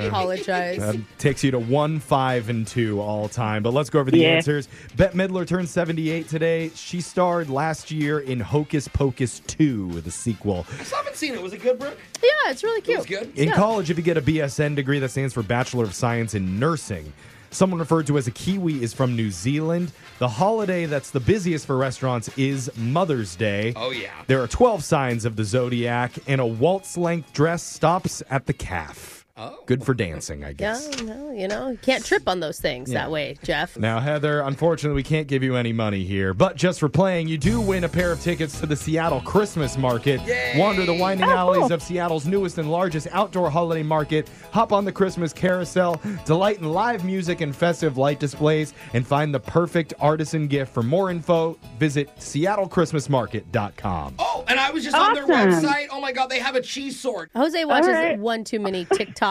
[SPEAKER 5] apologize.
[SPEAKER 4] That takes you to one, five, and two all time. But let's go over the
[SPEAKER 5] Yeah.
[SPEAKER 4] answers. Bette Midler turned 78 today. She starred last year in Hocus Pocus 2, the sequel.
[SPEAKER 3] I still haven't seen it. Was it good, Brooke?
[SPEAKER 5] Yeah, it's really
[SPEAKER 3] cute. It was good.
[SPEAKER 4] In
[SPEAKER 3] Yeah.
[SPEAKER 4] college, if you get a BSN degree, that stands for Bachelor of Science in Nursing. Someone referred to as a Kiwi is from New Zealand. The holiday that's the busiest for restaurants is Mother's Day.
[SPEAKER 3] Oh, yeah.
[SPEAKER 4] There are 12 signs of the zodiac, and a waltz length dress stops at the calf.
[SPEAKER 3] Oh.
[SPEAKER 4] Good for dancing, I guess.
[SPEAKER 5] Yeah, no, you know, you can't trip on those things
[SPEAKER 4] Yeah.
[SPEAKER 5] that way, Jeff.
[SPEAKER 4] Now, Heather, unfortunately, we can't give you any money here, but just for playing, you do win a pair of tickets to the Seattle Christmas Market. Wander the
[SPEAKER 3] Oh,
[SPEAKER 4] winding alleys of Seattle's newest and largest outdoor holiday market. Hop on the Christmas carousel, delight in live music and festive light displays, and find the perfect artisan gift. For more info, visit seattlechristmasmarket.com.
[SPEAKER 3] Oh, and I was just on their
[SPEAKER 4] Awesome.
[SPEAKER 3] website. Oh my God, they have a cheese sword.
[SPEAKER 5] Jose watches
[SPEAKER 3] Alright.
[SPEAKER 5] one too many TikToks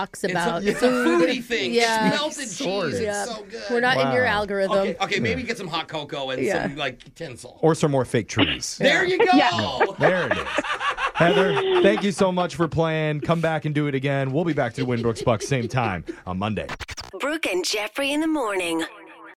[SPEAKER 5] about
[SPEAKER 3] it's a
[SPEAKER 5] food.
[SPEAKER 3] foodie thing.
[SPEAKER 5] Yeah.
[SPEAKER 3] It's melted cheese. It's so good.
[SPEAKER 5] We're not in your
[SPEAKER 4] Wow.
[SPEAKER 5] algorithm.
[SPEAKER 3] Okay, okay, maybe get some hot cocoa and
[SPEAKER 5] Yeah.
[SPEAKER 3] some like tinsel.
[SPEAKER 4] Or some more fake trees.
[SPEAKER 3] There you go.
[SPEAKER 4] There it is. Heather, thank you so much for playing. Come back and do it again. We'll be back to the Winbrooks Bucks same time on Monday.
[SPEAKER 7] Brooke and Jeffrey in the morning.